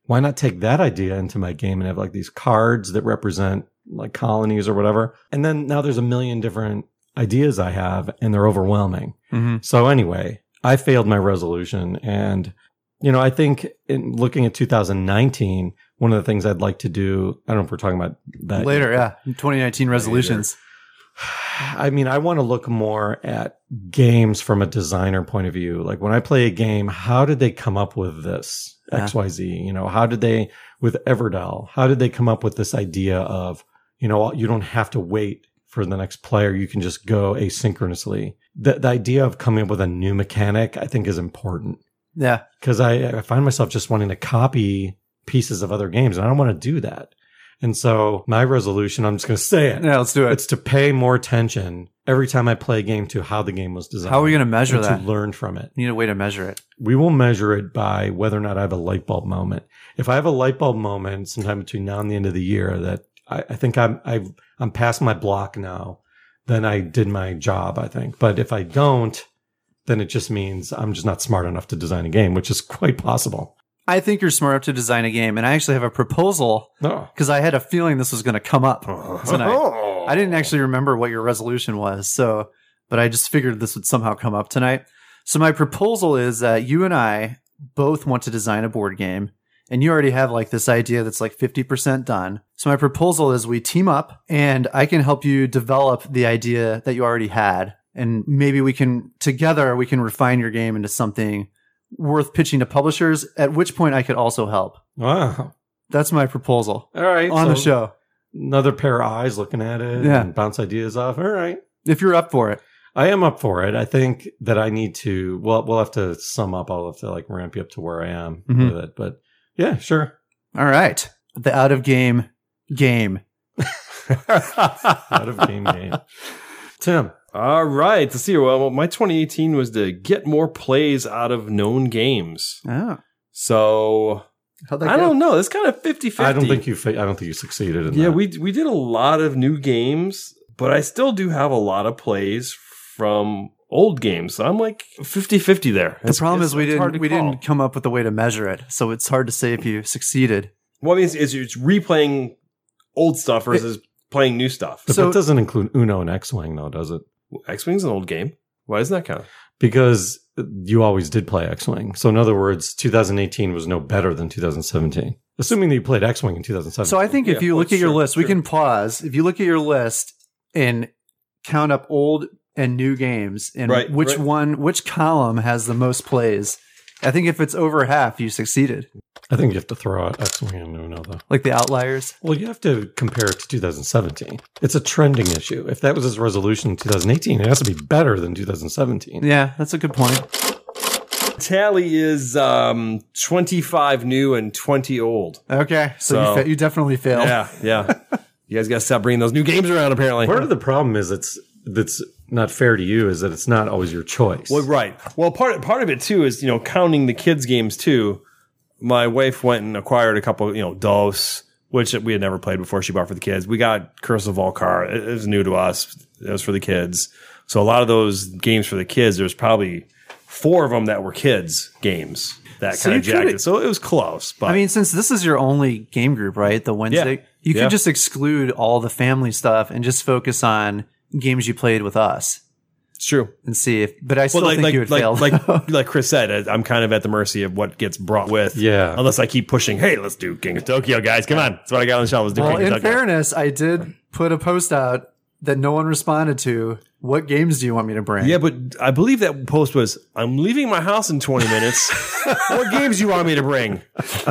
[SPEAKER 3] why not take that idea into my game and have like these cards that represent like colonies or whatever? And then now there's a million different ideas I have and they're overwhelming.
[SPEAKER 2] Mm-hmm.
[SPEAKER 3] So anyway, I failed my resolution and you know, I think in looking at 2019, one of the things I'd like to do, I don't know if we're talking about that
[SPEAKER 2] Later, yeah, 2019 resolutions.
[SPEAKER 3] I mean, I want to look more at games from a designer point of view. Like when I play a game, how did they come up with this
[SPEAKER 2] Yeah.
[SPEAKER 3] XYZ? You know, how did they with Everdell? How did they come up with this idea of, you know, you don't have to wait for the next player. You can just go asynchronously. The, the idea of coming up with a new mechanic, I think is important
[SPEAKER 2] Yeah,
[SPEAKER 3] because I, I find myself just wanting to copy pieces of other games and I don't want to do that. And so my resolution, I'm just going to say it.
[SPEAKER 2] yeah. Let's do it.
[SPEAKER 3] It's to pay more attention every time I play a game to how the game was designed.
[SPEAKER 2] How are we going to measure
[SPEAKER 3] and
[SPEAKER 2] that?
[SPEAKER 3] To learn from it.
[SPEAKER 2] Need a way to measure it.
[SPEAKER 3] We will measure it by whether or not I have a light bulb moment. If I have a light bulb moment sometime between now and the end of the year that I, I think I'm, I've, I'm past my block now, then I did my job, I think. But if I don't, then it just means I'm just not smart enough to design a game, which is quite possible.
[SPEAKER 2] I think you're smart enough to design a game, and I actually have a proposal
[SPEAKER 4] Oh.
[SPEAKER 3] No.
[SPEAKER 2] because I had a feeling this was going to come up tonight. I didn't actually remember what your resolution was, so but I just figured this would somehow come up tonight. So my proposal is that you and I both want to design a board game, and you already have like this idea that's like 50% done. So my proposal is we team up and I can help you develop the idea that you already had and maybe we can together we can refine your game into something worth pitching to publishers at which point I could also help.
[SPEAKER 3] Wow.
[SPEAKER 2] That's my proposal
[SPEAKER 3] All right.
[SPEAKER 2] on the
[SPEAKER 3] so
[SPEAKER 2] show.
[SPEAKER 3] Another pair of eyes looking at it
[SPEAKER 2] Yeah.
[SPEAKER 3] and bounce ideas off. All right.
[SPEAKER 2] If you're up for it.
[SPEAKER 3] I am up for it. I think that I need to. Well, we'll have to sum up. I'll have to like ramp you up to where I am
[SPEAKER 2] Mhm.
[SPEAKER 3] with it. But yeah,
[SPEAKER 2] <laughs>
[SPEAKER 3] sure.
[SPEAKER 2] All right. The out of game game.
[SPEAKER 3] Out of game game. Tim,
[SPEAKER 4] All right, let's see. Well, my 2018 was to get more plays out of known games.
[SPEAKER 2] <laughs> Oh.
[SPEAKER 4] So
[SPEAKER 2] How'd
[SPEAKER 4] I don't know. It's kind of 50 50.
[SPEAKER 3] I don't think you. Fa- I don't think you succeeded in
[SPEAKER 4] Yeah,
[SPEAKER 3] that.
[SPEAKER 4] we we did a lot of new games, but I still do have a lot of plays from old games. So I'm like 50-50 there.
[SPEAKER 2] The problem is we didn't we
[SPEAKER 4] didn't
[SPEAKER 2] didn't come up with a way to measure it, so it's hard to say if you succeeded.
[SPEAKER 4] Well, I mean, it's, it's, it's replaying old stuff versus playing new stuff.
[SPEAKER 3] But
[SPEAKER 2] so-
[SPEAKER 3] that doesn't include Uno and X Wing, though, does it?
[SPEAKER 4] X Wing's an old game. Why doesn't that count?
[SPEAKER 3] Because you always did play X Wing. So in other words, 2018 was no better than 2017. Assuming that you played X Wing in 2017.
[SPEAKER 2] So I think if
[SPEAKER 4] Yeah,
[SPEAKER 2] you
[SPEAKER 4] well,
[SPEAKER 2] look at your
[SPEAKER 4] sure,
[SPEAKER 2] list, we
[SPEAKER 4] sure.
[SPEAKER 2] can pause. If you look at your list and count up old and new games and
[SPEAKER 4] Right,
[SPEAKER 2] which
[SPEAKER 4] right.
[SPEAKER 2] one which column has the most plays. I think if it's over half, you succeeded.
[SPEAKER 3] I think you have to throw out X Wing and Uno though.
[SPEAKER 2] Like the outliers.
[SPEAKER 3] Well, you have to compare it to 2017. It's a trending issue. If that was his resolution in 2018, it has to be better than 2017.
[SPEAKER 2] Yeah, that's a good point.
[SPEAKER 4] Tally is um, 25 new and 20 old.
[SPEAKER 2] Okay, so,
[SPEAKER 4] So-
[SPEAKER 2] you, fa- you definitely failed.
[SPEAKER 4] Yeah, yeah. <laughs> you guys got to stop bringing those new games around, apparently.
[SPEAKER 3] Part of the problem is it's that's not fair to you is that it's not always your choice.
[SPEAKER 4] Well, right. Well, part part of it too is you know counting the kids' games too. My wife went and acquired a couple, you know, DOS, which we had never played before. She bought for the kids. We got Curse of Volcar. It, it was new to us. It was for the kids. So a lot of those games for the kids, there's probably four of them that were kids games that
[SPEAKER 2] So
[SPEAKER 4] kind
[SPEAKER 2] you
[SPEAKER 4] of jacked
[SPEAKER 2] coulda-
[SPEAKER 4] it. So it was close. But
[SPEAKER 2] I mean, since this is your only game group, right? The Wednesday, you
[SPEAKER 4] Yeah.
[SPEAKER 2] could just exclude all the family stuff and just focus on games you played with us
[SPEAKER 4] it's true.
[SPEAKER 2] and see if. But I still
[SPEAKER 4] Well, like
[SPEAKER 2] think
[SPEAKER 4] like
[SPEAKER 2] you would
[SPEAKER 4] like,
[SPEAKER 2] fail. <laughs>
[SPEAKER 4] like like Chris said, I- I'm kind of at the mercy of what gets brought with.
[SPEAKER 3] Yeah.
[SPEAKER 4] Unless I keep pushing, hey, let's do King of Tokyo, guys. Come on, that's what I got on the shelf. Let's do
[SPEAKER 2] well,
[SPEAKER 4] King of
[SPEAKER 2] in
[SPEAKER 4] Tokyo.
[SPEAKER 2] fairness, I did put a post out that no one responded to. What games do you want me to bring?
[SPEAKER 4] Yeah, but I believe that post was, I'm leaving my house in 20
[SPEAKER 3] <laughs>
[SPEAKER 4] minutes. what games do you want me to bring?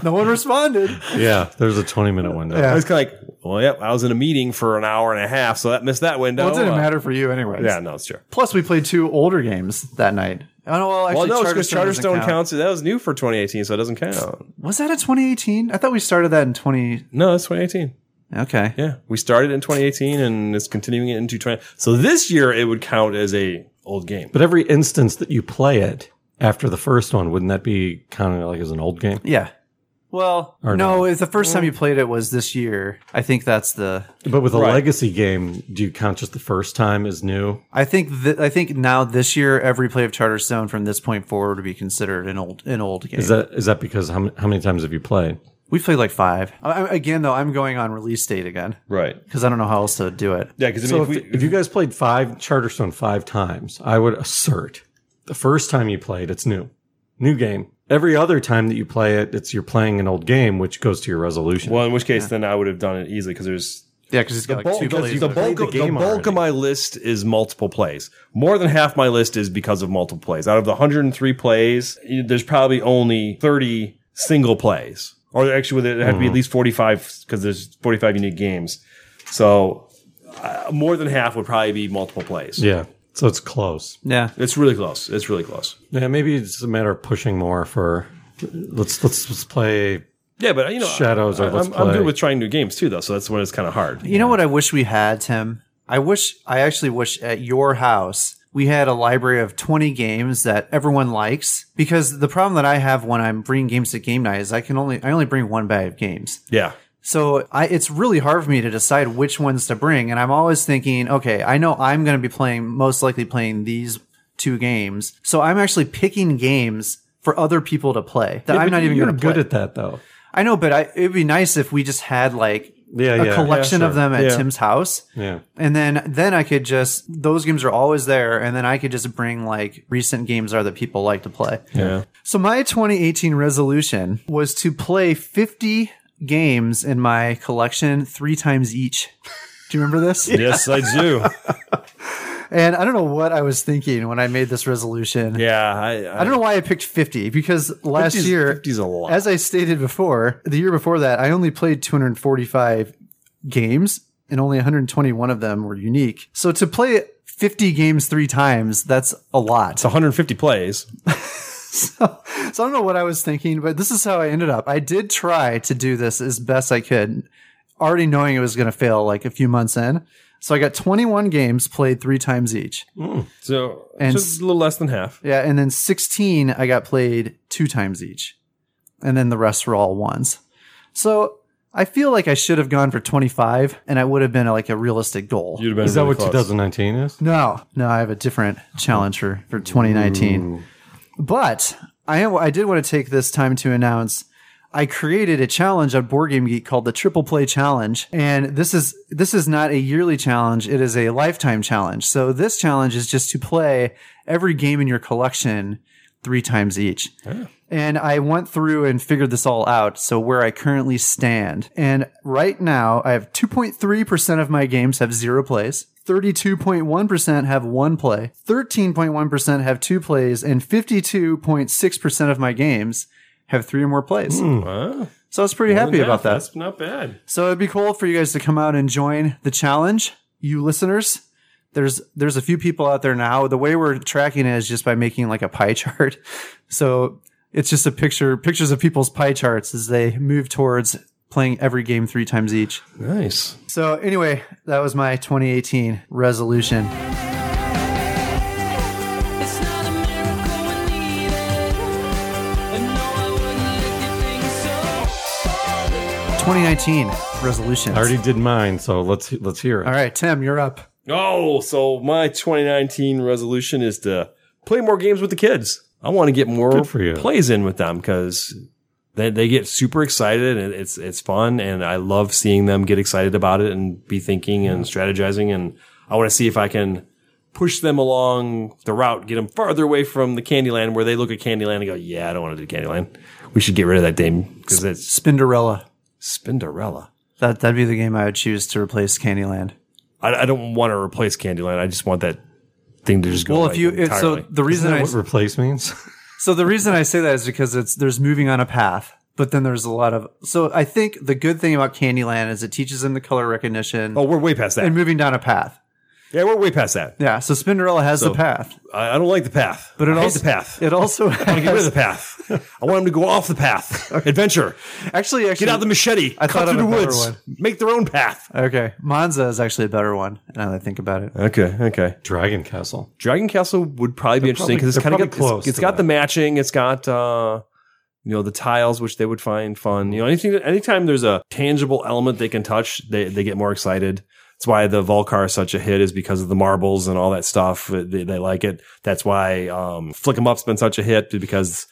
[SPEAKER 2] No one
[SPEAKER 4] <laughs>
[SPEAKER 2] responded.
[SPEAKER 3] yeah, there's a 20 minute window.
[SPEAKER 2] Yeah.
[SPEAKER 4] I was kind of like, well, yep, I was in a meeting for an hour and a half, so that missed that window.
[SPEAKER 2] well, it didn't
[SPEAKER 4] Uh,
[SPEAKER 2] matter for you, anyways.
[SPEAKER 4] Yeah, no, it's true.
[SPEAKER 2] Plus, we played two older games that night. Oh no! Well,
[SPEAKER 4] Well,
[SPEAKER 2] actually,
[SPEAKER 4] no, it's because
[SPEAKER 2] Charterstone, doesn't
[SPEAKER 4] Charterstone
[SPEAKER 2] count.
[SPEAKER 4] counts. That was new for 2018, so it doesn't count.
[SPEAKER 2] Was that a 2018? I thought we started that in 20.
[SPEAKER 4] No, it's 2018.
[SPEAKER 2] Okay.
[SPEAKER 4] Yeah, we started in 2018 and it's continuing it into 20. So this year it would count as a old game.
[SPEAKER 3] But every instance that you play it after the first one, wouldn't that be kind of like as an old game?
[SPEAKER 2] Yeah. Well,
[SPEAKER 3] Or
[SPEAKER 2] no, if the first
[SPEAKER 4] Mm.
[SPEAKER 2] time you played it was this year, I think that's the.
[SPEAKER 3] But with a
[SPEAKER 4] Right.
[SPEAKER 3] legacy game, do you count just the first time as new?
[SPEAKER 2] I think th- I think now this year every play of Charterstone from this point forward would be considered an old an old game.
[SPEAKER 3] Is that is that because how many, how many times have you played?
[SPEAKER 2] we played like five. I, I- again though, I'm going on release date again
[SPEAKER 4] Right.
[SPEAKER 2] because I don't know how else to do it.
[SPEAKER 4] Yeah, because I
[SPEAKER 3] So
[SPEAKER 4] mean,
[SPEAKER 3] if,
[SPEAKER 4] if we,
[SPEAKER 3] if you guys played five Charterstone five times, I would assert the first time you played, it's new, new game. Every other time that you play it, it's you're playing an old game, which goes to your resolution.
[SPEAKER 4] well, in which case, then I would have done it easily because there's
[SPEAKER 2] Yeah, because it's got like two plays.
[SPEAKER 4] the
[SPEAKER 3] you've played
[SPEAKER 4] bulk,
[SPEAKER 3] the
[SPEAKER 4] of- the
[SPEAKER 3] game
[SPEAKER 4] bulk
[SPEAKER 3] already.
[SPEAKER 4] of my list is multiple plays. More than half my list is because of multiple plays. Out of the 103 plays, you- there's probably only 30 single plays, or actually, there have to be
[SPEAKER 3] Hmm.
[SPEAKER 4] at least 45 because there's 45 unique games. So, uh, more than half would probably be multiple plays.
[SPEAKER 3] yeah, so it's close.
[SPEAKER 2] Yeah,
[SPEAKER 4] It's really close. It's really close.
[SPEAKER 3] Yeah, maybe it's just a matter of pushing more for. Let's let's let's play.
[SPEAKER 4] Yeah, but uh, you know,
[SPEAKER 3] Shadows or
[SPEAKER 4] I,
[SPEAKER 3] Let's
[SPEAKER 4] I'm, I'm
[SPEAKER 3] Play.
[SPEAKER 4] good with trying new games too, though. So that's when it's kind of hard.
[SPEAKER 2] You know what I wish we had, Tim? I wish I actually wish at your house we had a library of 20 games that everyone likes because the problem that I have when I'm bringing games to game night is I can only I only bring one bag of games.
[SPEAKER 4] Yeah,
[SPEAKER 2] So I, it's really hard for me to decide which ones to bring, and I'm always thinking, okay, I know I'm going to be playing most likely playing these two games, so I'm actually picking games for other people to play that I'm
[SPEAKER 3] But
[SPEAKER 2] not even
[SPEAKER 3] you're
[SPEAKER 2] going to play.
[SPEAKER 3] good at that though.
[SPEAKER 2] I know, but I, it'd be nice if we just had like
[SPEAKER 3] Yeah,
[SPEAKER 2] a
[SPEAKER 3] yeah,
[SPEAKER 2] collection
[SPEAKER 3] yeah,
[SPEAKER 2] of
[SPEAKER 3] sure.
[SPEAKER 2] them at
[SPEAKER 4] Yeah.
[SPEAKER 2] Tim's house.
[SPEAKER 3] Yeah.
[SPEAKER 2] And then then I could just those games are always there, and then I could just bring like recent games are that people like to play.
[SPEAKER 4] yeah.
[SPEAKER 2] So my 2018 resolution was to play 50 games in my collection three times each. Do you remember
[SPEAKER 3] <laughs>
[SPEAKER 2] this?
[SPEAKER 4] yes, I do.
[SPEAKER 2] And I don't know what I was thinking when I made this resolution.
[SPEAKER 4] Yeah, I, I,
[SPEAKER 2] I don't know why I picked 50 because last
[SPEAKER 4] 50's
[SPEAKER 2] year
[SPEAKER 4] 50's a lot.
[SPEAKER 2] as I stated before, the year before that, I only played 245 games and only 121 of them were unique. So to play 50 games three times, that's a lot.
[SPEAKER 4] It's 150 plays.
[SPEAKER 2] <laughs> So, so I don't know what I was thinking, but this is how I ended up. I did try to do this as best I could, already knowing it was going to fail like a few months in. So I got 21 games played three times each.
[SPEAKER 4] So
[SPEAKER 2] And
[SPEAKER 4] just a little less than half.
[SPEAKER 2] Yeah. And then 16 I got played two times each. And then the rest were all ones. So I feel like I should have gone for 25 and I would have been like a realistic goal.
[SPEAKER 4] You'd have been
[SPEAKER 3] Is that
[SPEAKER 4] really
[SPEAKER 3] what
[SPEAKER 4] close.
[SPEAKER 3] 2019 is?
[SPEAKER 2] No, no, I have a different challenge for, for 2019. But I am, I did want to take this time to announce I created a challenge on Board Game Geek called the Triple Play Challenge, and this is this is not a yearly challenge; it is a lifetime challenge. So this challenge is just to play every game in your collection three times each. And I went through and figured this all out. So where I currently stand. And right now I have 2.3% of my games have zero plays. 32.1% have one play. 13.1% have two plays. And 52.6% of my games have three or more plays.
[SPEAKER 4] Huh?
[SPEAKER 2] So I was pretty happy
[SPEAKER 4] Yeah,
[SPEAKER 2] about that.
[SPEAKER 4] That's not bad.
[SPEAKER 2] So it'd be cool for you guys to come out and join the challenge, you listeners. There's there's a few people out there now. The way we're tracking it is just by making like a pie <laughs> chart. So it's just a picture pictures of people's pie charts as they move towards playing every game three times each.
[SPEAKER 4] Nice.
[SPEAKER 2] So anyway, that was my 2018 resolution.
[SPEAKER 6] It's not a miracle we need it. And no, I wouldn't let you think so.
[SPEAKER 2] 2019 resolutions.
[SPEAKER 3] I already did mine, so let's let's hear it.
[SPEAKER 2] All right, Tim, you're up.
[SPEAKER 4] Oh, so my 2019 resolution is to play more games with the kids. I want to get more
[SPEAKER 3] Good for you.
[SPEAKER 4] plays in with them because they, they get super excited and it's it's fun and I love seeing them get excited about it and be thinking and strategizing and I want to see if I can push them along the route, get them farther away from the Candyland where they look at Candyland and go, "Yeah, I don't want to do Candyland. We should get rid of that game because it's
[SPEAKER 2] Spinderella.
[SPEAKER 4] Spinderella."
[SPEAKER 2] That that'd be the game I would choose to replace Candyland.
[SPEAKER 4] I, I don't want to replace Candyland. I just want that thing to just go.
[SPEAKER 2] Well,
[SPEAKER 4] away
[SPEAKER 2] if you it, so
[SPEAKER 4] entirely.
[SPEAKER 2] the
[SPEAKER 3] Isn't
[SPEAKER 2] reason
[SPEAKER 3] that
[SPEAKER 2] I
[SPEAKER 3] what replace means?
[SPEAKER 2] So the reason I say that is because it's there's moving on a path, but then there's a lot of so I think the good thing about Candyland is it teaches them the color recognition
[SPEAKER 4] oh, we're way past that.
[SPEAKER 2] and moving down a path.
[SPEAKER 4] Yeah, we're way past that.
[SPEAKER 2] Yeah, so Spinderella has the path,
[SPEAKER 4] I, I don't like the path.
[SPEAKER 2] but it
[SPEAKER 4] I hate
[SPEAKER 2] also
[SPEAKER 4] the path.
[SPEAKER 2] It also
[SPEAKER 4] <laughs> I want to get rid
[SPEAKER 2] has,
[SPEAKER 4] of
[SPEAKER 2] <laughs>
[SPEAKER 4] the path. I want them to go off the path. Adventure.
[SPEAKER 2] actually actually
[SPEAKER 4] Get out the machete.
[SPEAKER 2] I
[SPEAKER 4] cut
[SPEAKER 2] thought of
[SPEAKER 4] through the
[SPEAKER 2] a better
[SPEAKER 4] woods.
[SPEAKER 2] one.
[SPEAKER 4] Make their own path.
[SPEAKER 2] okay Monza is actually a better one. Now that I think about it,
[SPEAKER 4] Okay. Okay.
[SPEAKER 3] <laughs> Dragon Castle.
[SPEAKER 4] Dragon Castle would probably be interesting because it's
[SPEAKER 3] probably-
[SPEAKER 4] kind of
[SPEAKER 3] they're
[SPEAKER 4] got
[SPEAKER 3] probably
[SPEAKER 4] it's-
[SPEAKER 3] close
[SPEAKER 4] it's
[SPEAKER 3] to
[SPEAKER 4] got
[SPEAKER 3] that.
[SPEAKER 4] the matching, it's got uh you know the tiles which they would find fun. You know anything anytime there's a tangible element they can touch, they they get more excited. That's why the Volcar is such a hit is because of the marbles and all that stuff. They, they like it. That's why um Flick 'em Up's been such a hit because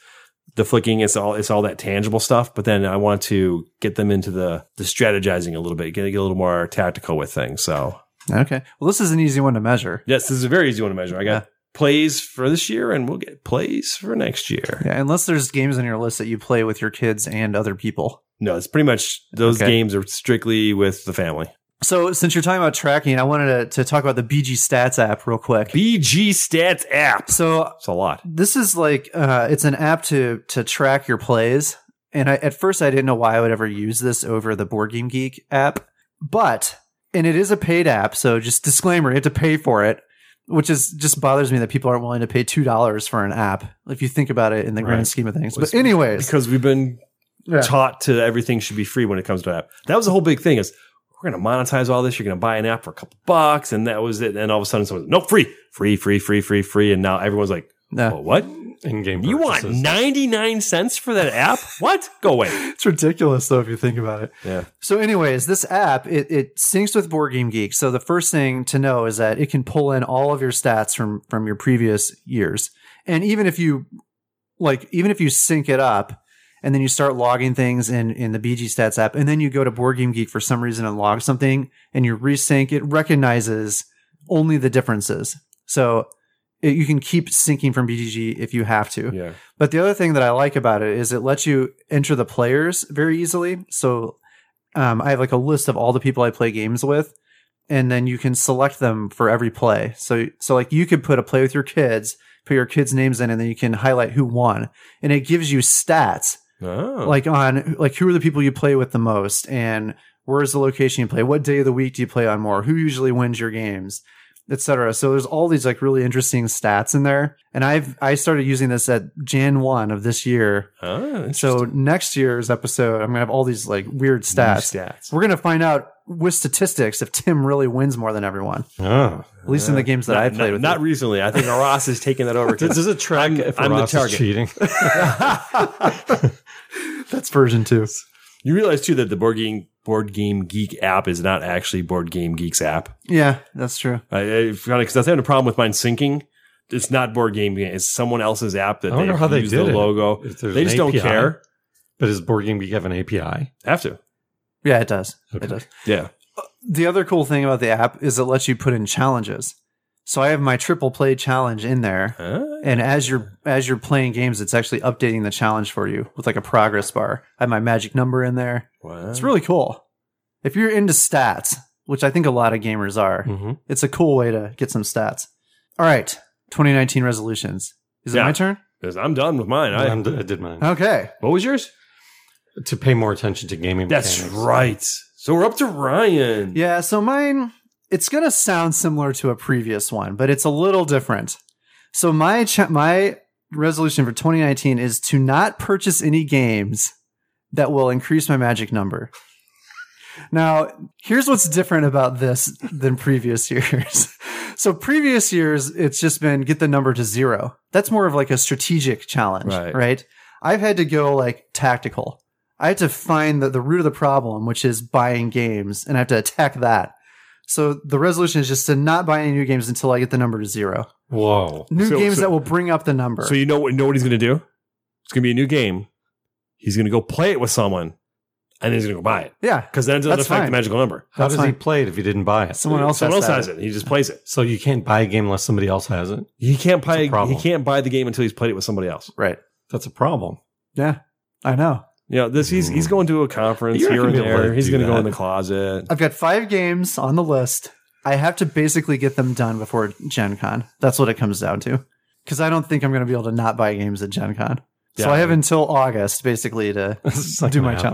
[SPEAKER 4] the flicking is all it's all that tangible stuff, but then I want to get them into the the strategizing a little bit, get, get a little more tactical with things. So
[SPEAKER 2] okay. Well, this is an easy one to measure.
[SPEAKER 4] Yes, this is a very easy one to measure. I got plays for this year, and we'll get plays for next year.
[SPEAKER 2] Yeah, unless there's games on your list that you play with your kids and other people.
[SPEAKER 4] No, it's pretty much those
[SPEAKER 2] Okay.
[SPEAKER 4] games are strictly with the family.
[SPEAKER 2] So since you're talking about tracking, I wanted to, to talk about the BG Stats app real quick.
[SPEAKER 4] BG Stats apps.
[SPEAKER 2] so
[SPEAKER 4] It's a lot.
[SPEAKER 2] this is like uh, it's an app to to track your plays and I, at first i didn't know why i would ever use this over the board game geek app but and it is a paid app so just disclaimer you have to pay for it which is just bothers me that people aren't willing to pay two dollars for an app if you think about it in the
[SPEAKER 4] Right.
[SPEAKER 2] grand scheme of things
[SPEAKER 4] Was-
[SPEAKER 2] but anyways
[SPEAKER 4] Because we've been
[SPEAKER 2] yeah.
[SPEAKER 4] taught to everything should be free when it comes to an app. That was the whole big thing is we're going to monetize all this. You're going to buy an app for a couple bucks, and that was it. And all of a sudden, someone's no free, free, free, free, free, free, and now everyone's like,
[SPEAKER 2] No.
[SPEAKER 4] well, what?
[SPEAKER 3] In game.
[SPEAKER 4] You want ninety nine cents for that app? What? Go away.
[SPEAKER 2] it's ridiculous though if you think about it
[SPEAKER 4] Yeah.
[SPEAKER 2] so anyways this app it, it syncs with board game geek so the first thing to know is that it can pull in all of your stats from from your previous years and even if you like even if you sync it up and then you start logging things in in the bg stats app and then you go to board game geek for some reason and log something and you resync it recognizes only the differences so it, you can keep syncing from bgg if you have to
[SPEAKER 4] Yeah.
[SPEAKER 2] but the other thing that I like about it is it lets you enter the players very easily. So um, I have like a list of all the people I play games with, and then you can select them for every play. So so like you could put a play with your kids, put your kids' names in, and then you can highlight who won, and it gives you stats
[SPEAKER 4] Oh.
[SPEAKER 2] like on like who are the people you play with the most and where is the location you play what day of the week do you play on more who usually wins your games etc so there's all these like really interesting stats in there and i've i started using this at jan 1 of this year
[SPEAKER 4] Ah,
[SPEAKER 2] so next year's episode i'm gonna have all these like weird stats
[SPEAKER 4] Stats.
[SPEAKER 2] we're gonna find out with statistics if tim really wins more than everyone
[SPEAKER 3] Oh.
[SPEAKER 2] at least in the games that
[SPEAKER 4] Uh, Not-
[SPEAKER 2] i played
[SPEAKER 4] not,
[SPEAKER 2] with
[SPEAKER 4] not
[SPEAKER 2] him.
[SPEAKER 4] recently. I think Ross has taken
[SPEAKER 3] <laughs>
[SPEAKER 4] that over.
[SPEAKER 3] Does it track if
[SPEAKER 4] I'm the
[SPEAKER 3] Ross is
[SPEAKER 4] target.
[SPEAKER 3] cheating?
[SPEAKER 2] <laughs>
[SPEAKER 4] <laughs>
[SPEAKER 2] that's version 2
[SPEAKER 4] you realize too that the board game board game geek app is not actually board game geeks app.
[SPEAKER 2] yeah that's true
[SPEAKER 4] I because I, 'cause I was having a problem with mine syncing. It's not board game. Geek. It's someone else's app that
[SPEAKER 3] I wonder
[SPEAKER 4] they
[SPEAKER 3] how they
[SPEAKER 4] use
[SPEAKER 3] did
[SPEAKER 4] the
[SPEAKER 3] it.
[SPEAKER 4] logo.
[SPEAKER 3] If there's
[SPEAKER 4] They
[SPEAKER 3] an
[SPEAKER 4] just don't
[SPEAKER 3] API.
[SPEAKER 4] care.
[SPEAKER 3] But does Board Game Geek have an API?
[SPEAKER 4] Have to.
[SPEAKER 2] yeah it does
[SPEAKER 3] Okay.
[SPEAKER 2] it does
[SPEAKER 4] Yeah.
[SPEAKER 2] the other cool thing about the app is it lets you put in challenges. So I have my triple play challenge in there,
[SPEAKER 4] Uh,
[SPEAKER 2] and as you're as you're playing games, it's actually updating the challenge for you with like a progress bar. I have my magic number in there.
[SPEAKER 4] Wow.
[SPEAKER 2] It's really cool. If you're into stats, which I think a lot of gamers are,
[SPEAKER 3] Hmm.
[SPEAKER 4] Mm-hmm.
[SPEAKER 2] it's a cool way to get some stats. All right, 2019 resolutions. Is it
[SPEAKER 4] Yeah.
[SPEAKER 2] my turn?
[SPEAKER 4] 'Cause I'm done with mine. I,
[SPEAKER 3] I'm d- I did mine.
[SPEAKER 4] Uh,
[SPEAKER 2] Okay.
[SPEAKER 4] what was yours?
[SPEAKER 3] To pay more attention to gaming.
[SPEAKER 4] That's
[SPEAKER 3] mechanics.
[SPEAKER 4] right. So we're up to Ryan.
[SPEAKER 2] Yeah, so mine it's going to sound similar to a previous one, but it's a little different. So my ch- my resolution for 2019 is to not purchase any games that will increase my magic number. Now, here's what's different about this than previous <laughs> years. So previous years it's just been get the number to 0. That's more of like a strategic challenge,
[SPEAKER 4] Right.
[SPEAKER 2] right? I've had to go like tactical. I have to find the, the root of the problem, which is buying games, and I have to attack that. So the resolution is just to not buy any new games until I get the number to zero.
[SPEAKER 3] Whoa.
[SPEAKER 2] New
[SPEAKER 4] So-
[SPEAKER 2] games
[SPEAKER 4] so-
[SPEAKER 2] that will bring up the number.
[SPEAKER 4] So you know what? Know what he's going to do? It's going to be a new game. He's going to go play it with someone, and then he's going to go buy it
[SPEAKER 2] yeah,
[SPEAKER 4] because then it doesn't
[SPEAKER 2] That's
[SPEAKER 4] affect
[SPEAKER 2] fine.
[SPEAKER 4] the magical number.
[SPEAKER 3] How
[SPEAKER 2] That's
[SPEAKER 3] does he
[SPEAKER 2] fine.
[SPEAKER 3] play it if he didn't buy it?
[SPEAKER 2] someone else.
[SPEAKER 4] someone
[SPEAKER 2] has
[SPEAKER 4] else
[SPEAKER 2] that.
[SPEAKER 4] has it. He just plays it.
[SPEAKER 3] So you can't buy a game unless somebody else has it.
[SPEAKER 4] He can't
[SPEAKER 3] a
[SPEAKER 4] play. He
[SPEAKER 3] problem.
[SPEAKER 4] can't buy the game until he's played it with somebody else.
[SPEAKER 2] Right.
[SPEAKER 3] That's a problem.
[SPEAKER 2] Yeah, I know.
[SPEAKER 4] You know, this he's he's going to a conference
[SPEAKER 3] Mm. You're not
[SPEAKER 4] here
[SPEAKER 3] gonna
[SPEAKER 4] and
[SPEAKER 3] be able to
[SPEAKER 4] there. He's
[SPEAKER 3] do
[SPEAKER 4] going to go
[SPEAKER 3] that.
[SPEAKER 4] in the closet.
[SPEAKER 2] I've got five games on the list. I have to basically get them done before Gen Con. That's what it comes down to. Because I don't think I'm going to be able to not buy games at Gen Con. So
[SPEAKER 4] Yeah.
[SPEAKER 2] I have until August basically
[SPEAKER 4] <laughs>
[SPEAKER 2] to
[SPEAKER 3] It's not
[SPEAKER 2] do my
[SPEAKER 3] gonna happen.